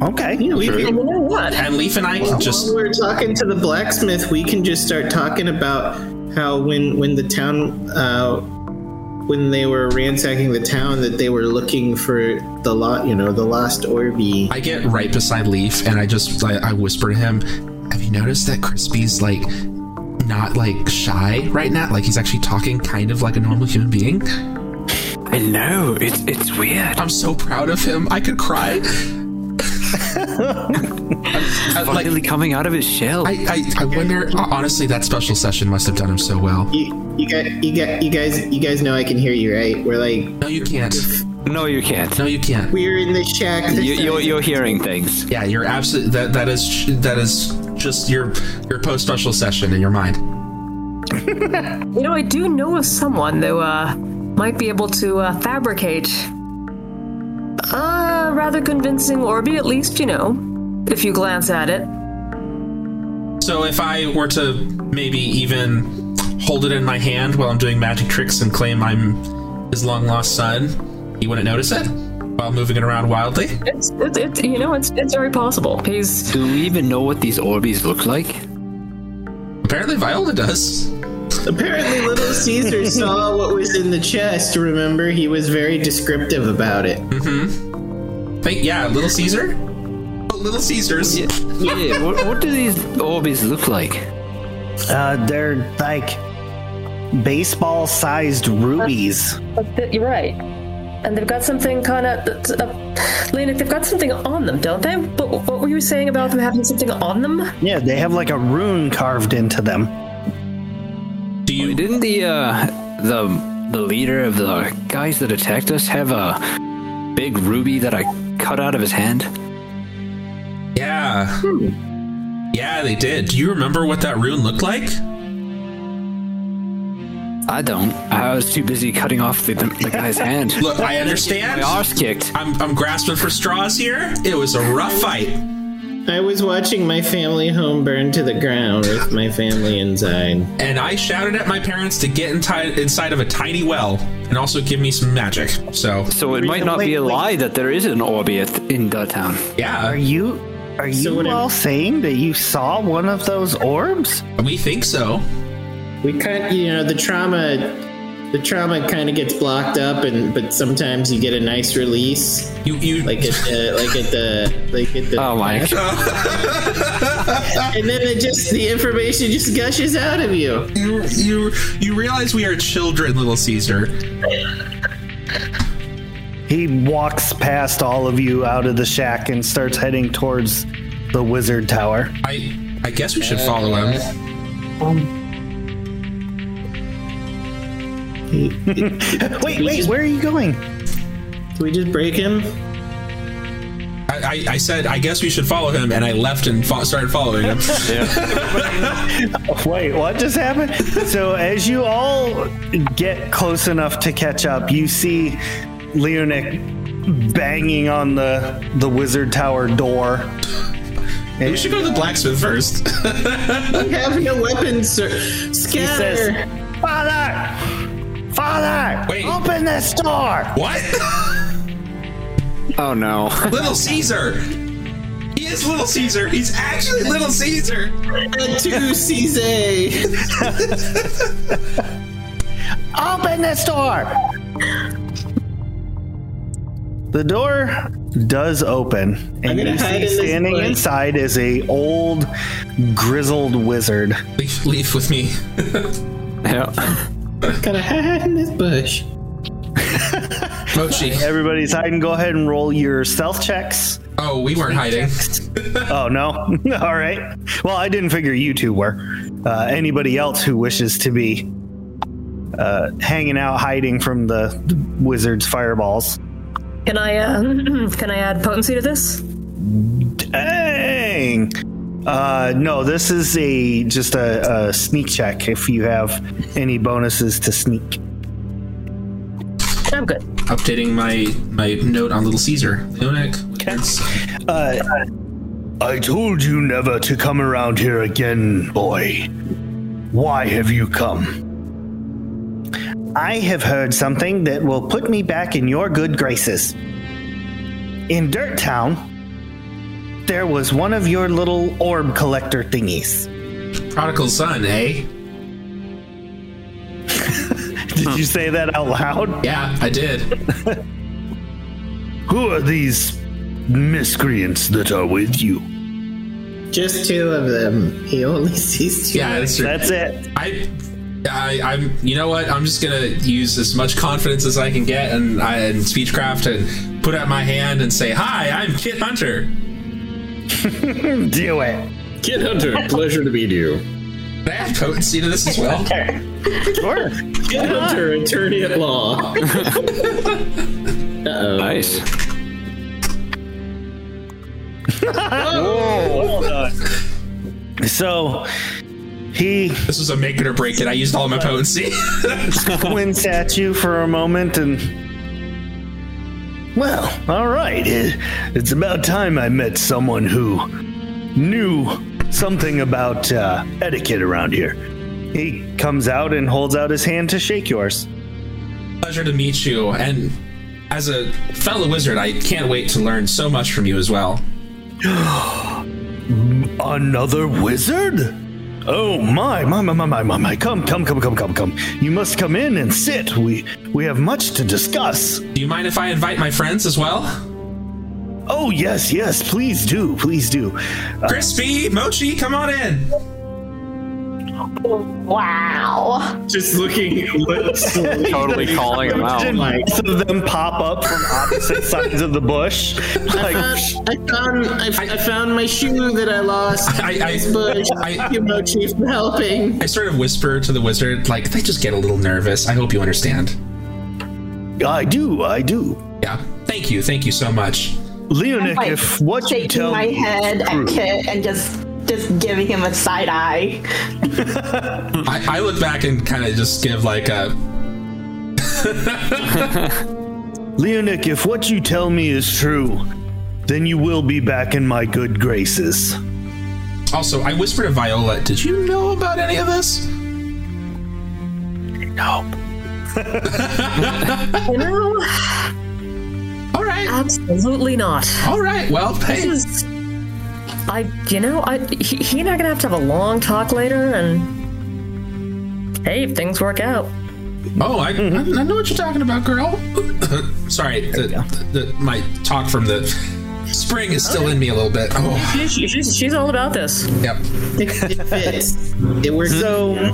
A: Okay.
G: We can-
D: You know what?
B: And Leaf and I can just.
G: While we're talking to the blacksmith, we can just start talking about how when when the town uh,
C: when they were ransacking the town that they were looking for the lot, you know, the lost Orby.
B: I get right beside Leaf and I just I, I whisper to him, "Have you noticed that Crispy's like not like shy right now? Like he's actually talking kind of like a normal human being."
E: I know. It's it's weird.
B: I'm so proud of him. I
A: (laughs)
B: could cry. (laughs) I, like
E: Finally coming out of his shell.
B: I, I, I wonder. Honestly, that special session must have done him so well.
C: You, you got, you got, you guys, you guys know I can hear you, right? We're like,
B: No, you can't.
E: no, you can't.
B: No, you can't.
C: we're in the shack.
E: You, you're you're hearing things.
B: Yeah, you're absolutely that. That is that is just your your post special session in your mind.
D: You know, I do know of someone who uh, might be able to uh, fabricate a rather convincing Orby, at least, you know, if you glance at it.
B: So if I were to maybe even hold it in my hand while I'm doing magic tricks and claim I'm his long lost son, he wouldn't notice it while moving it around wildly.
D: It's, it's, it's you know, it's, it's very possible. He's
E: Do we even know what these Orbeez look like?
B: Apparently, Viola does.
C: Apparently,
E: (laughs)
C: Little Caesar saw what was in the chest. Remember, he was very descriptive about it.
B: Think, yeah, Little Caesar. Oh, Little Caesars.
E: Yeah. yeah what, what do these Orbeez look like?
A: Uh, they're like baseball-sized rubies.
D: But th- you're right. And they've got something kind of. Uh, Lena, they've got something on them, don't they? But what were you saying about them having something on them?
A: Yeah, they have like a rune carved into them.
B: Do you?
E: Didn't the uh, the the leader of the guys that attacked us have a big ruby that I cut out of his hand?
B: Yeah.
E: Hmm.
B: Yeah, they did. Do you remember what that rune looked like?
E: I don't. I was too busy cutting off the, the guy's hand. (laughs)
B: Look, I
E: my
B: understand.
E: arse kicked.
B: I'm, I'm grasping for straws here. It was a rough fight.
C: I was watching my family home burn to the ground with my family inside.
B: and I shouted at my parents to get inti- inside of a tiny well and also give me some magic. So,
E: So it might not be a
A: Wait, wait.
E: lie that there is an Orby at- in the town.
A: Are
B: yeah,
A: you are you
C: what
A: all saying that you saw one of those orbs?
B: we think so.
C: We kind, you know, the trauma, the trauma kind of gets blocked up, and but sometimes you get a nice release,
B: You, you,
C: like at the, like at the, like at the.
E: Oh my god.
C: And then it just the information just gushes out of you.
B: (laughs) you, you, you realize we are children, Little Caesar.
A: He walks past all of you out of the shack and starts heading towards the wizard tower.
B: I, I guess we should follow him.
A: Wait, wait, where are you going?
C: Do we just break him?
B: I, I, I said, I guess we should follow him, and I left and fo- started following
C: (laughs)
B: him.
A: Wait, what just happened? (laughs) so, as you all get close enough to catch up, you see Leonic banging on the the wizard tower door.
B: we should go to the blacksmith first. (laughs)
C: We have no weapons, sir.
A: He
C: Scatter.
A: says, "Father, father,
B: Wait.
A: open this door."
B: what?
E: Oh
B: (laughs)
E: no.
B: Little Caesar. He is Little Caesar. He's actually Little Caesar.
C: to Caesar.
A: Open this door! The door does open, and
C: gonna
A: you
C: hide in
A: see
C: this
A: standing
C: bush.
A: inside is a old, grizzled wizard.
B: Leaf, leaf with me.
E: (laughs) Yeah.
C: Gotta hide in this bush.
B: Mochi.
A: Everybody's hiding. Go ahead and roll your stealth checks.
B: Oh, we weren't hiding.
A: Oh no! (laughs) All right. Well, I didn't figure you two were. Uh, anybody else who wishes to be uh, hanging out, hiding from the the wizard's fireballs.
D: Can I uh, (clears throat) can I add potency to this?
A: Dang. Uh, no, this is a just a, a sneak check. If you have any bonuses to sneak,
D: I'm good.
B: updating my my note on Little Caesar. Leonic, it's-
A: I told you never to come around here again, boy. Why have you come? I have heard something that will put me back in your good graces. In Dirt Town, there was one of your little orb collector thingies.
B: prodigal son, eh?
A: Did you say that out loud?
B: Yeah, I did.
A: Who are these miscreants that are with you?
H: Just two of them. He only sees two.
B: Yeah, that's true.
A: That's it.
B: I, I, I'm. You know what? I'm just gonna use as much confidence as I can get, and I and speechcraft, and put out my hand and say, "Hi, I'm Kit Hunter."
A: Do it.
G: Kid Hunter, pleasure to meet you.
B: Can I have potency to this as well?
A: Sure.
G: Kid Hunter, attorney at law.
E: Nice.
A: So he
B: This was a make it or break it. I used all my potency. (laughs)
A: squints at you for a moment and. Well, all right. It- It's about time I met someone who knew something about uh, etiquette around here. He comes out and holds out his hand to shake yours.
B: Pleasure to meet you, and as a fellow wizard, I can't wait to learn so much from you as well.
A: Another wizard? Oh my, my, my, my, my, my, my. Come, come, come, come, come, come. You must come in and sit. We we have much to discuss.
B: Do you mind if I invite my friends as well?
A: Oh yes, yes, please do, please do.
B: Crispy, Mochi, come on in.
F: Wow.
G: Just looking.
E: Totally calling him
A: Imagine
E: out.
A: both of them pop up from
E: (laughs)
A: opposite sides of the bush. Like,
H: I found I, I found my shoe that I lost.
B: I- I-
H: Thanks, Bush.
B: I-
H: Thank you, Mo Chief, for helping.
B: I sort of whisper to the wizard, like, they just get a little nervous. I hope you understand.
A: I do, I do.
B: Yeah. Thank you. Thank you so much.
A: Leonic,
F: Like,
A: if what you
F: shaking
A: tell
F: my
A: me is
F: head at
A: true-
F: Kit and just just giving him a side eye. (laughs)
B: I, I look back and kind of just give like a.
A: Leonic, if what you tell me is true, then you will be back in my good graces.
B: Also, I whisper to Viola, did you know about any of this?
A: No.
D: You know,
B: All right.
D: absolutely not.
B: All right. Well,
D: This
B: hey.
D: is. I, you know, I, he, he and I are gonna have to have a long talk later, and hey, if things work out,
B: Oh, I,
H: Mm-hmm.
B: I, I know what you're talking about, girl. (coughs) Sorry. The, the, my talk from the spring is still in me a little bit. Oh,
D: she, she- she's, she's all about this.
B: yep.
H: It fits. It works.
B: Hmm?
A: So,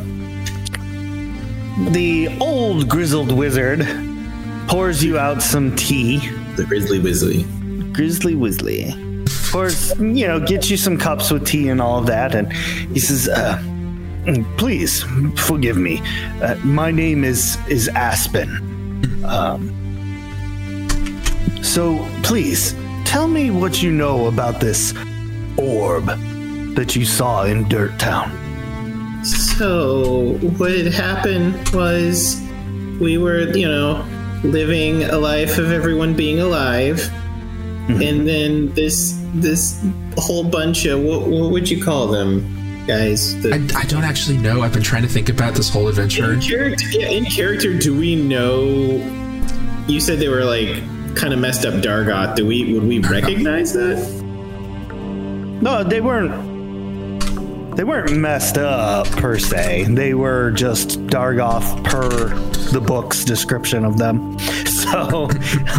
A: the old grizzled wizard pours you out some tea.
G: the Grizzly Wizzly.
A: Grizzly Wizzly. Of course, you know, get you some cups with tea and all of that. And he says, uh, please forgive me. Uh, my name is, is Aspen. Um, so please tell me what you know about this orb that you saw in Dirt Town.
H: So, what had happened was we were, you know, living a life of everyone being alive,
B: Hmm.
H: and then this this whole bunch of what, what would you call them, guys?
B: I,
H: The
B: I don't actually know. I've been trying to think about this whole adventure.
G: In character, yeah, in character, do we know?
H: you said they were like
G: Kind of messed up Dargot. Do we? Would we recognize that?
A: No, they weren't. They weren't messed up per se. They were just Dargoth per the book's description of them. (laughs) So,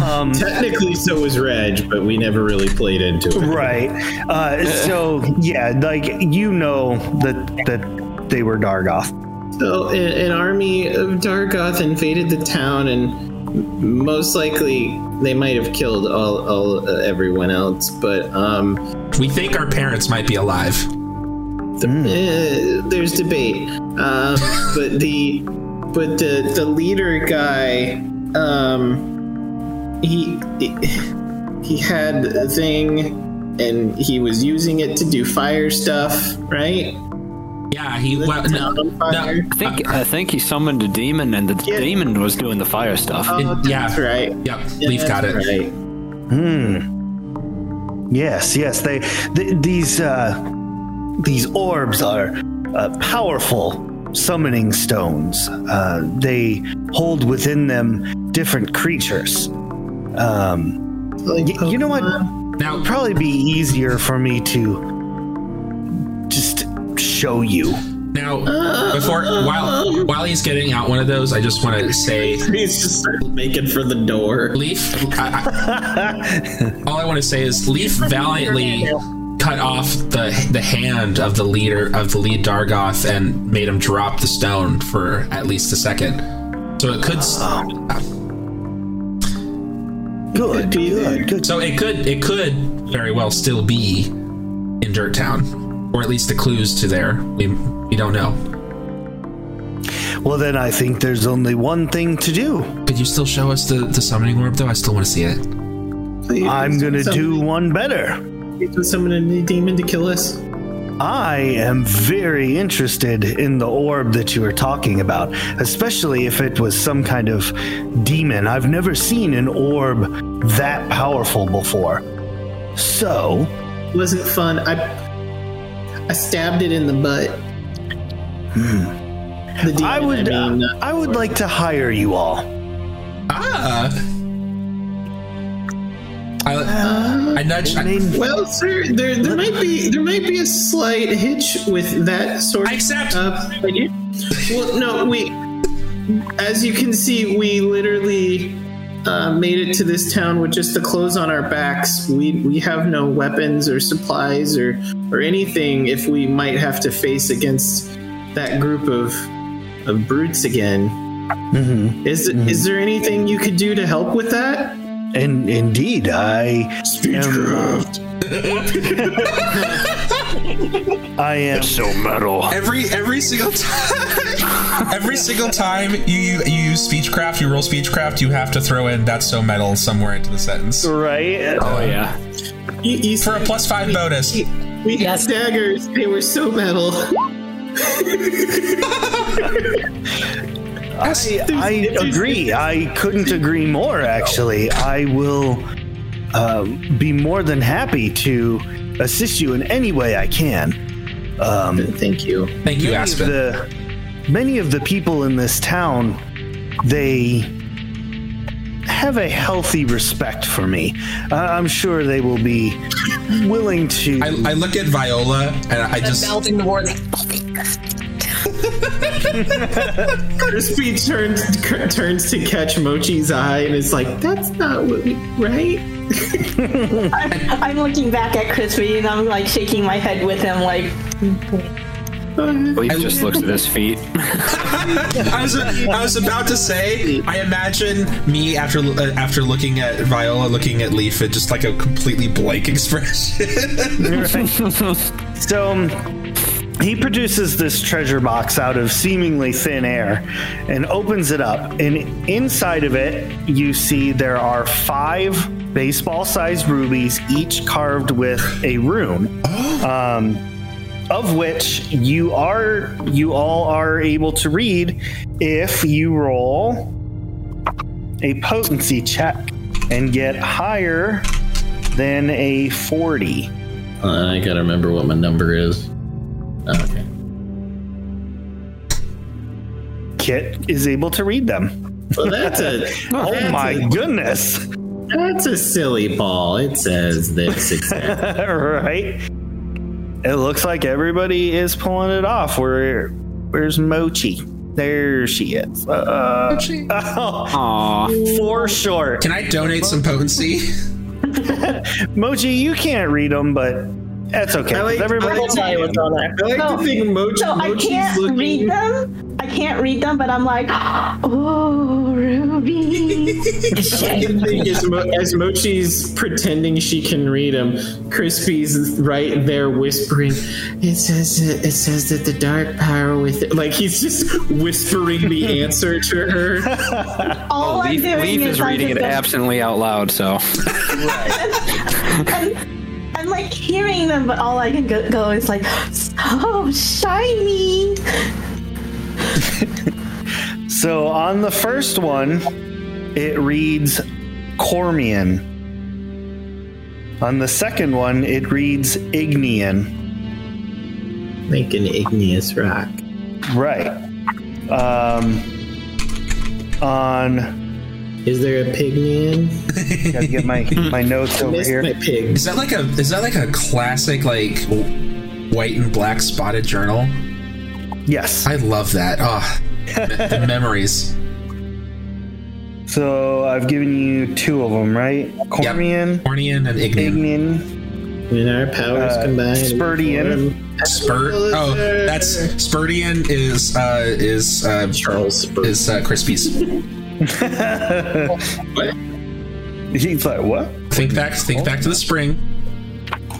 A: um,
G: Technically, so was Reg, but we never really played into it.
A: right uh, so yeah like you know that that they were dargoth
H: So, a- an army of Dargoth invaded the town, and m- most likely they might have killed all, all uh, everyone else. But um,
B: We think our parents might be alive.
H: eh, there's debate. Um, but the but the the leader guy, um, he he had a thing, and he was using it to do fire stuff, right?
B: Yeah, he.
H: Lit
B: Well,
H: the
B: no, Uh,
H: town on fire.
B: no,
E: I think I think he summoned a demon, and the demon was doing the fire stuff.
A: Um,
H: Oh,
B: it- yeah.
H: that's right.
B: Yep, Leaf got it.
H: That's right.
A: yes yes they th- these uh these orbs are uh, powerful summoning stones uh they hold within them different creatures um
H: Like
A: y- you know what
H: Pokemon.
B: Now,
A: probably be easier for me to just show you
B: now, before while while he's getting out one of those, I just want to say,
G: He's just started making for the door.
B: Leaf. I, I, (laughs) all I want to say is Leaf valiantly cut off the the hand of the leader of the lead Dargoth and made him drop the stone for at least a second. So it could s-
A: Good, good, good.
B: So it could it could very well still be in Dirt Town, or at least the clues to there. We we don't know.
A: Well, then I think there's only one thing to do.
B: Could you still show us the the summoning orb though? I still want to see it.
C: Please,
A: I'm gonna
C: somebody-
A: do one better.
C: please don't summon a demon to kill us.
A: I am very interested in the orb that you were talking about, especially if it was some kind of demon. I've never seen an orb that powerful before. So,
C: It wasn't fun. I I stabbed it in the butt. The demon,
A: Hmm. I would uh,
C: I mean, uh,
A: I would like to hire you all.
B: Ah. I, I nudge. I,
A: Name
C: Well, sir, there, there might be there might be a slight hitch with that sort
B: I accept.
C: of idea. Well, no, we, as you can see, we literally uh, made it to this town with just the clothes on our backs. We we have no weapons or supplies or or anything. If we might have to face against that group of of brutes again, is is there anything you could do to help with that?
A: And indeed, I am. I am.
E: So metal.
B: Every every single time, every single time you, you you use speechcraft, you roll speechcraft, you have to throw in "that's so metal" somewhere into the sentence
A: Right?
E: Oh yeah.
C: You, you
B: for a plus five bonus.
C: We had
D: Yes.
C: daggers. They were so metal.
A: I, I agree. I couldn't agree more, actually. I will uh, be more than happy to assist you in any way I can.
C: Thank
B: Thank you,
C: you.
A: Many of
B: Aspen.
A: the, many of the people in this town, they have a healthy respect for me. I I'm sure they will be willing to.
B: I, I look at Viola and I just
I: Melding towards.
C: Crispy turns cur- turns to catch Mochi's eye and it's like, "That's not what we right."
F: I'm looking back at Crispy and I'm like shaking my head with him, like,
E: Leaf just looks at his feet.
B: I was I was about to say I imagine me after uh, after looking at Viola looking at Leaf it just like a completely blank (laughs) expression.
A: So um, he produces this treasure box out of seemingly thin air and opens it up. And inside of it, you see there are five baseball sized rubies, each carved with a rune. Um, of which you are you all are able to read if you roll a potency check and get higher than a 40
G: Uh, I gotta remember what my number is. Okay.
A: Kit is able to read them.
C: Well, that's a
A: Oh
C: that's
A: my
C: a,
A: goodness. (laughs)
C: that's a silly ball. It says this. exact-
A: right? It looks like everybody is pulling it off. Where where's Mochi? There she is. Uh, (laughs) Mochi. for short.
B: Can I donate some potency?
A: Mochi, you can't read them, but that's okay. 'cause
C: like- I
A: everybody
C: like-
I: Tell you what's on there.
C: I like
F: No.
C: to think Mochi.
F: so I
C: Mochi's
F: can't
C: looking,
F: read them. I can't read them, but I'm like, oh,
C: (laughs)
F: Ruby.
C: I can think as, Mo- as Mochi's pretending she can read them, Crispy's right there whispering. It says it, it says that the dark power with it. like he's just whispering the answer to her.
I: Oh,
F: All I'm
E: Leaf,
F: doing
E: Leaf
F: is,
E: is
F: I'm
E: reading it
F: just going-
E: absently out loud, so
F: I'm, I'm like hearing them, but all I can go, go is like, so shiny.
A: So on the first one, it reads Cormian. On the second one, it reads Ignean.
C: Make an igneous rock.
A: Right. Um, on,
C: Is there a pygmy in?
A: gotta get
B: (laughs)
A: my my notes over
C: Missed my
A: here.
C: pig.
B: Is that like a is that like a classic like w- white and black spotted journal?
A: Yes.
B: I love that. Ah, the memories.
A: So I've given you two of them, right? Cormian,
B: Cornian and Ignian.
A: Ignian,
C: When our powers
A: Uh,
C: combine,
A: Spurdian.
B: Spurt. Oh, that's Spurdian is uh is uh
G: Charles Spurdian.
B: is uh, Crispies.
A: He's like, what?
B: Think back. Think back to the spring.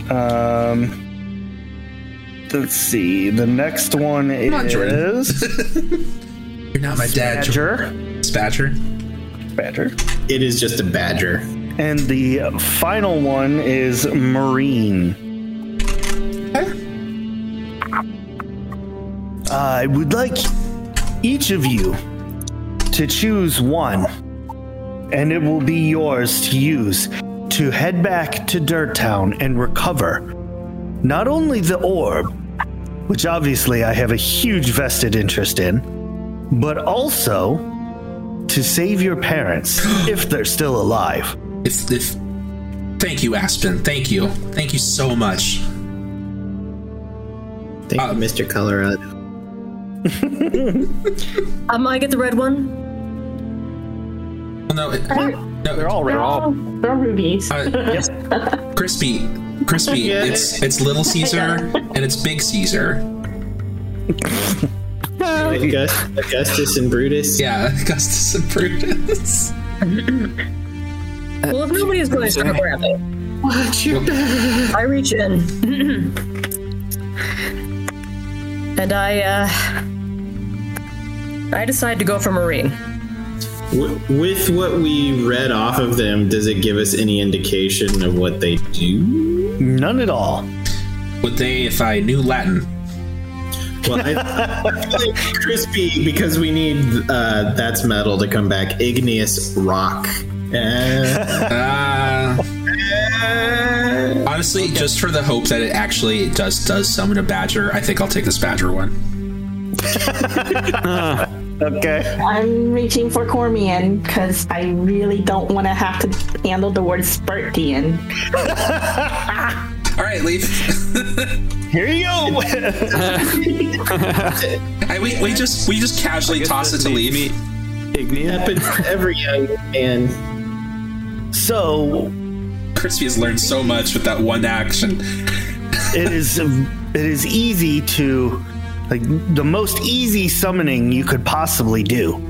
A: Um, let's see. The next one
B: on, (laughs) Jordan.
A: is
B: You're not my dad, George
A: Badger.
B: Badger.
A: Badger.
G: It is just a badger.
A: And the final one is Marine. I would like each of you to choose one, and it will be yours to use to head back to Dirt Town and recover not only the orb, which obviously I have a huge vested interest in, but also to save your parents if they're still alive.
B: If if. Thank you, Aspen. Thank you. Thank you so much.
C: Thank
B: Uh,
C: you, Mr. Colorado.
D: Um, I get the red one.
B: Well, no, it,
A: They're
B: no.
E: Oh,
A: all
F: They're
A: red.
F: all they're rubies.
B: Uh, crispy, crispy. It's it's little Caesar and it's big Caesar.
C: August, Augustus and Brutus.
B: Yeah, (laughs) Augustus and Brutus.
D: Well, if nobody is going to start grabbing,
C: Watch your back.
D: I reach in. and I, uh. I decide to go for Marine.
G: W-
C: With what we read off of them, does it give us any indication of what they do?
A: None at all.
B: Would they if I knew Latin?
C: Well, I, I feel like crispy because we need uh, that's metal to come back. Igneous rock. Uh,
B: Uh, honestly, just for the hope that it actually does does summon a badger, I think I'll take this badger one.
A: Okay.
F: I'm reaching for Cormian because I really don't want to have to handle the word Spartian.
B: All right, leave.
A: Here you go.
B: (laughs) I, we, we just we just casually toss it to leave.
E: Ignia?
C: happens to every young man.
A: (laughs) so
B: Crispy has learned so much with that one action.
A: it is it is easy to like the most easy summoning you could possibly do.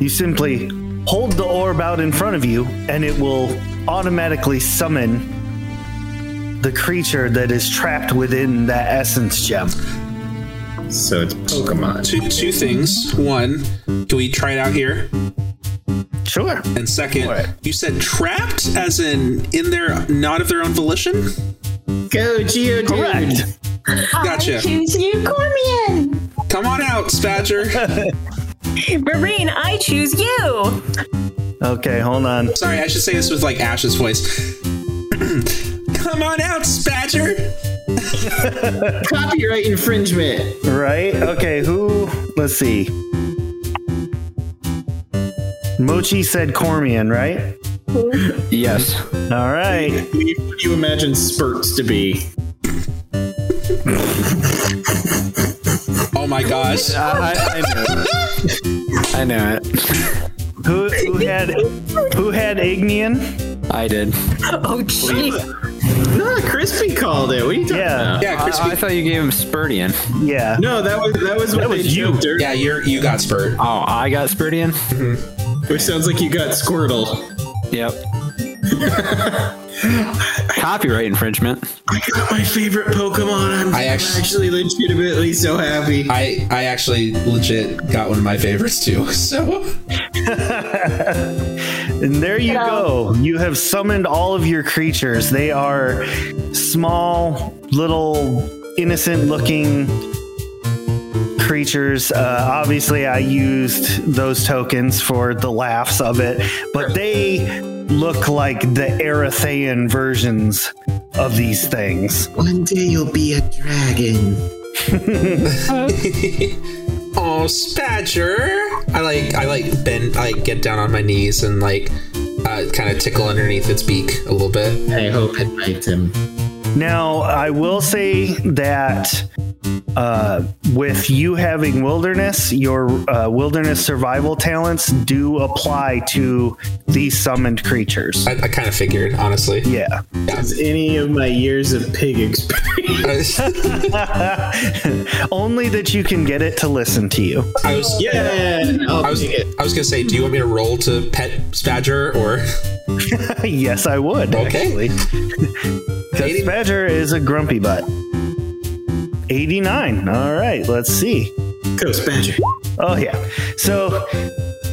A: You simply hold the orb out in front of you, and it will automatically summon the creature that is trapped within that essence gem.
G: So it's Pokemon.
B: Two two things. One, can we try it out here?
A: Sure.
B: And second,
A: All right.
B: you said trapped as in in their not of their own volition.
C: Go, Geodude.
A: Correct.
F: I
B: Gotcha.
F: choose you, Cormian.
B: Come on out, Spadger.
D: Marine, I choose you!
A: Okay, hold on.
B: Sorry, I should say this with like Ash's voice. (clears throat) Come on out, Spadger.
C: Copyright infringement.
A: Right? Okay, who? Let's see. Mochi said Cormian, right?
E: Yes.
A: All right.
G: What do you imagine spurts to be?
B: Oh my gosh.
C: Uh,
E: I, I, I know it. (laughs) I know it.
A: Who, who had who had Ignian?
E: I did.
D: Oh, gee.
C: No, Crispy called it. What are you talking
A: Yeah.
C: about?
B: Yeah,
E: I,
B: Crispy.
E: I thought you gave him Spurdian.
A: Yeah.
C: No, that was that was what
A: was
C: they
A: you.
C: joked earlier,
B: yeah, you're you got spurt.
E: Oh, I got Spurdian?
C: Which sounds like you got Squirtle.
E: Yep. (laughs) Copyright infringement.
C: I got my favorite Pokemon. I'm
B: I actually-
C: actually legitimately so happy.
B: I I actually legit got one of my favorites too. (laughs) So
A: And there you go. You have summoned all of your creatures. They are small, little, innocent looking creatures. Uh, obviously, I used those tokens for the laughs of it, but they look like the Erethean versions of these things.
C: One day you'll be a dragon.
B: Oh Spadger. I like I like bend I like get down on my knees and like uh, kind of tickle underneath its beak a little bit.
C: I hope it bites him.
A: Now, I will say that uh, with you having wilderness, your uh, wilderness survival talents do apply to these summoned creatures.
B: I, I kind of figured, honestly. (laughs)
A: Yeah. (laughs)
C: Is any of my years of pig experience?
B: I was,
A: Only that you can get it to listen to you.
B: I was,
C: Yeah, I'll
B: I was,
C: take it.
B: I was gonna say, do you want me to roll to pet Badger or? (laughs)
A: yes, I would. (laughs)
B: Okay.
A: Because Badger is a grumpy butt. 89. All right, let's see.
C: Ghost Badger.
A: Oh, yeah. So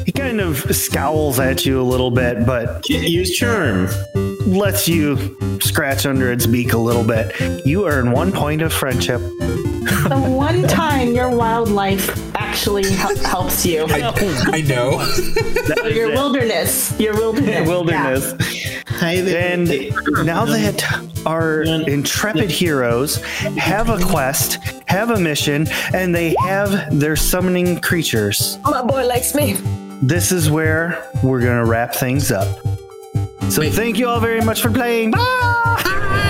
A: he kind of scowls at you a little bit, but
C: Can't use charm.
A: lets you scratch under its beak a little bit. You earn one point of friendship.
F: The
I: (laughs)
F: one time your wildlife actually hel- helps you.
B: I, I know.
F: Your wilderness. Your wilderness.
A: (laughs)
F: yeah.
A: Wilderness.
C: Hi there.
A: And now that our intrepid heroes have a quest, have a mission, and they have their summoning creatures,
F: Oh,
D: My boy likes me.
A: this is where we're going to wrap things up. So thank you all very much for playing. Bye!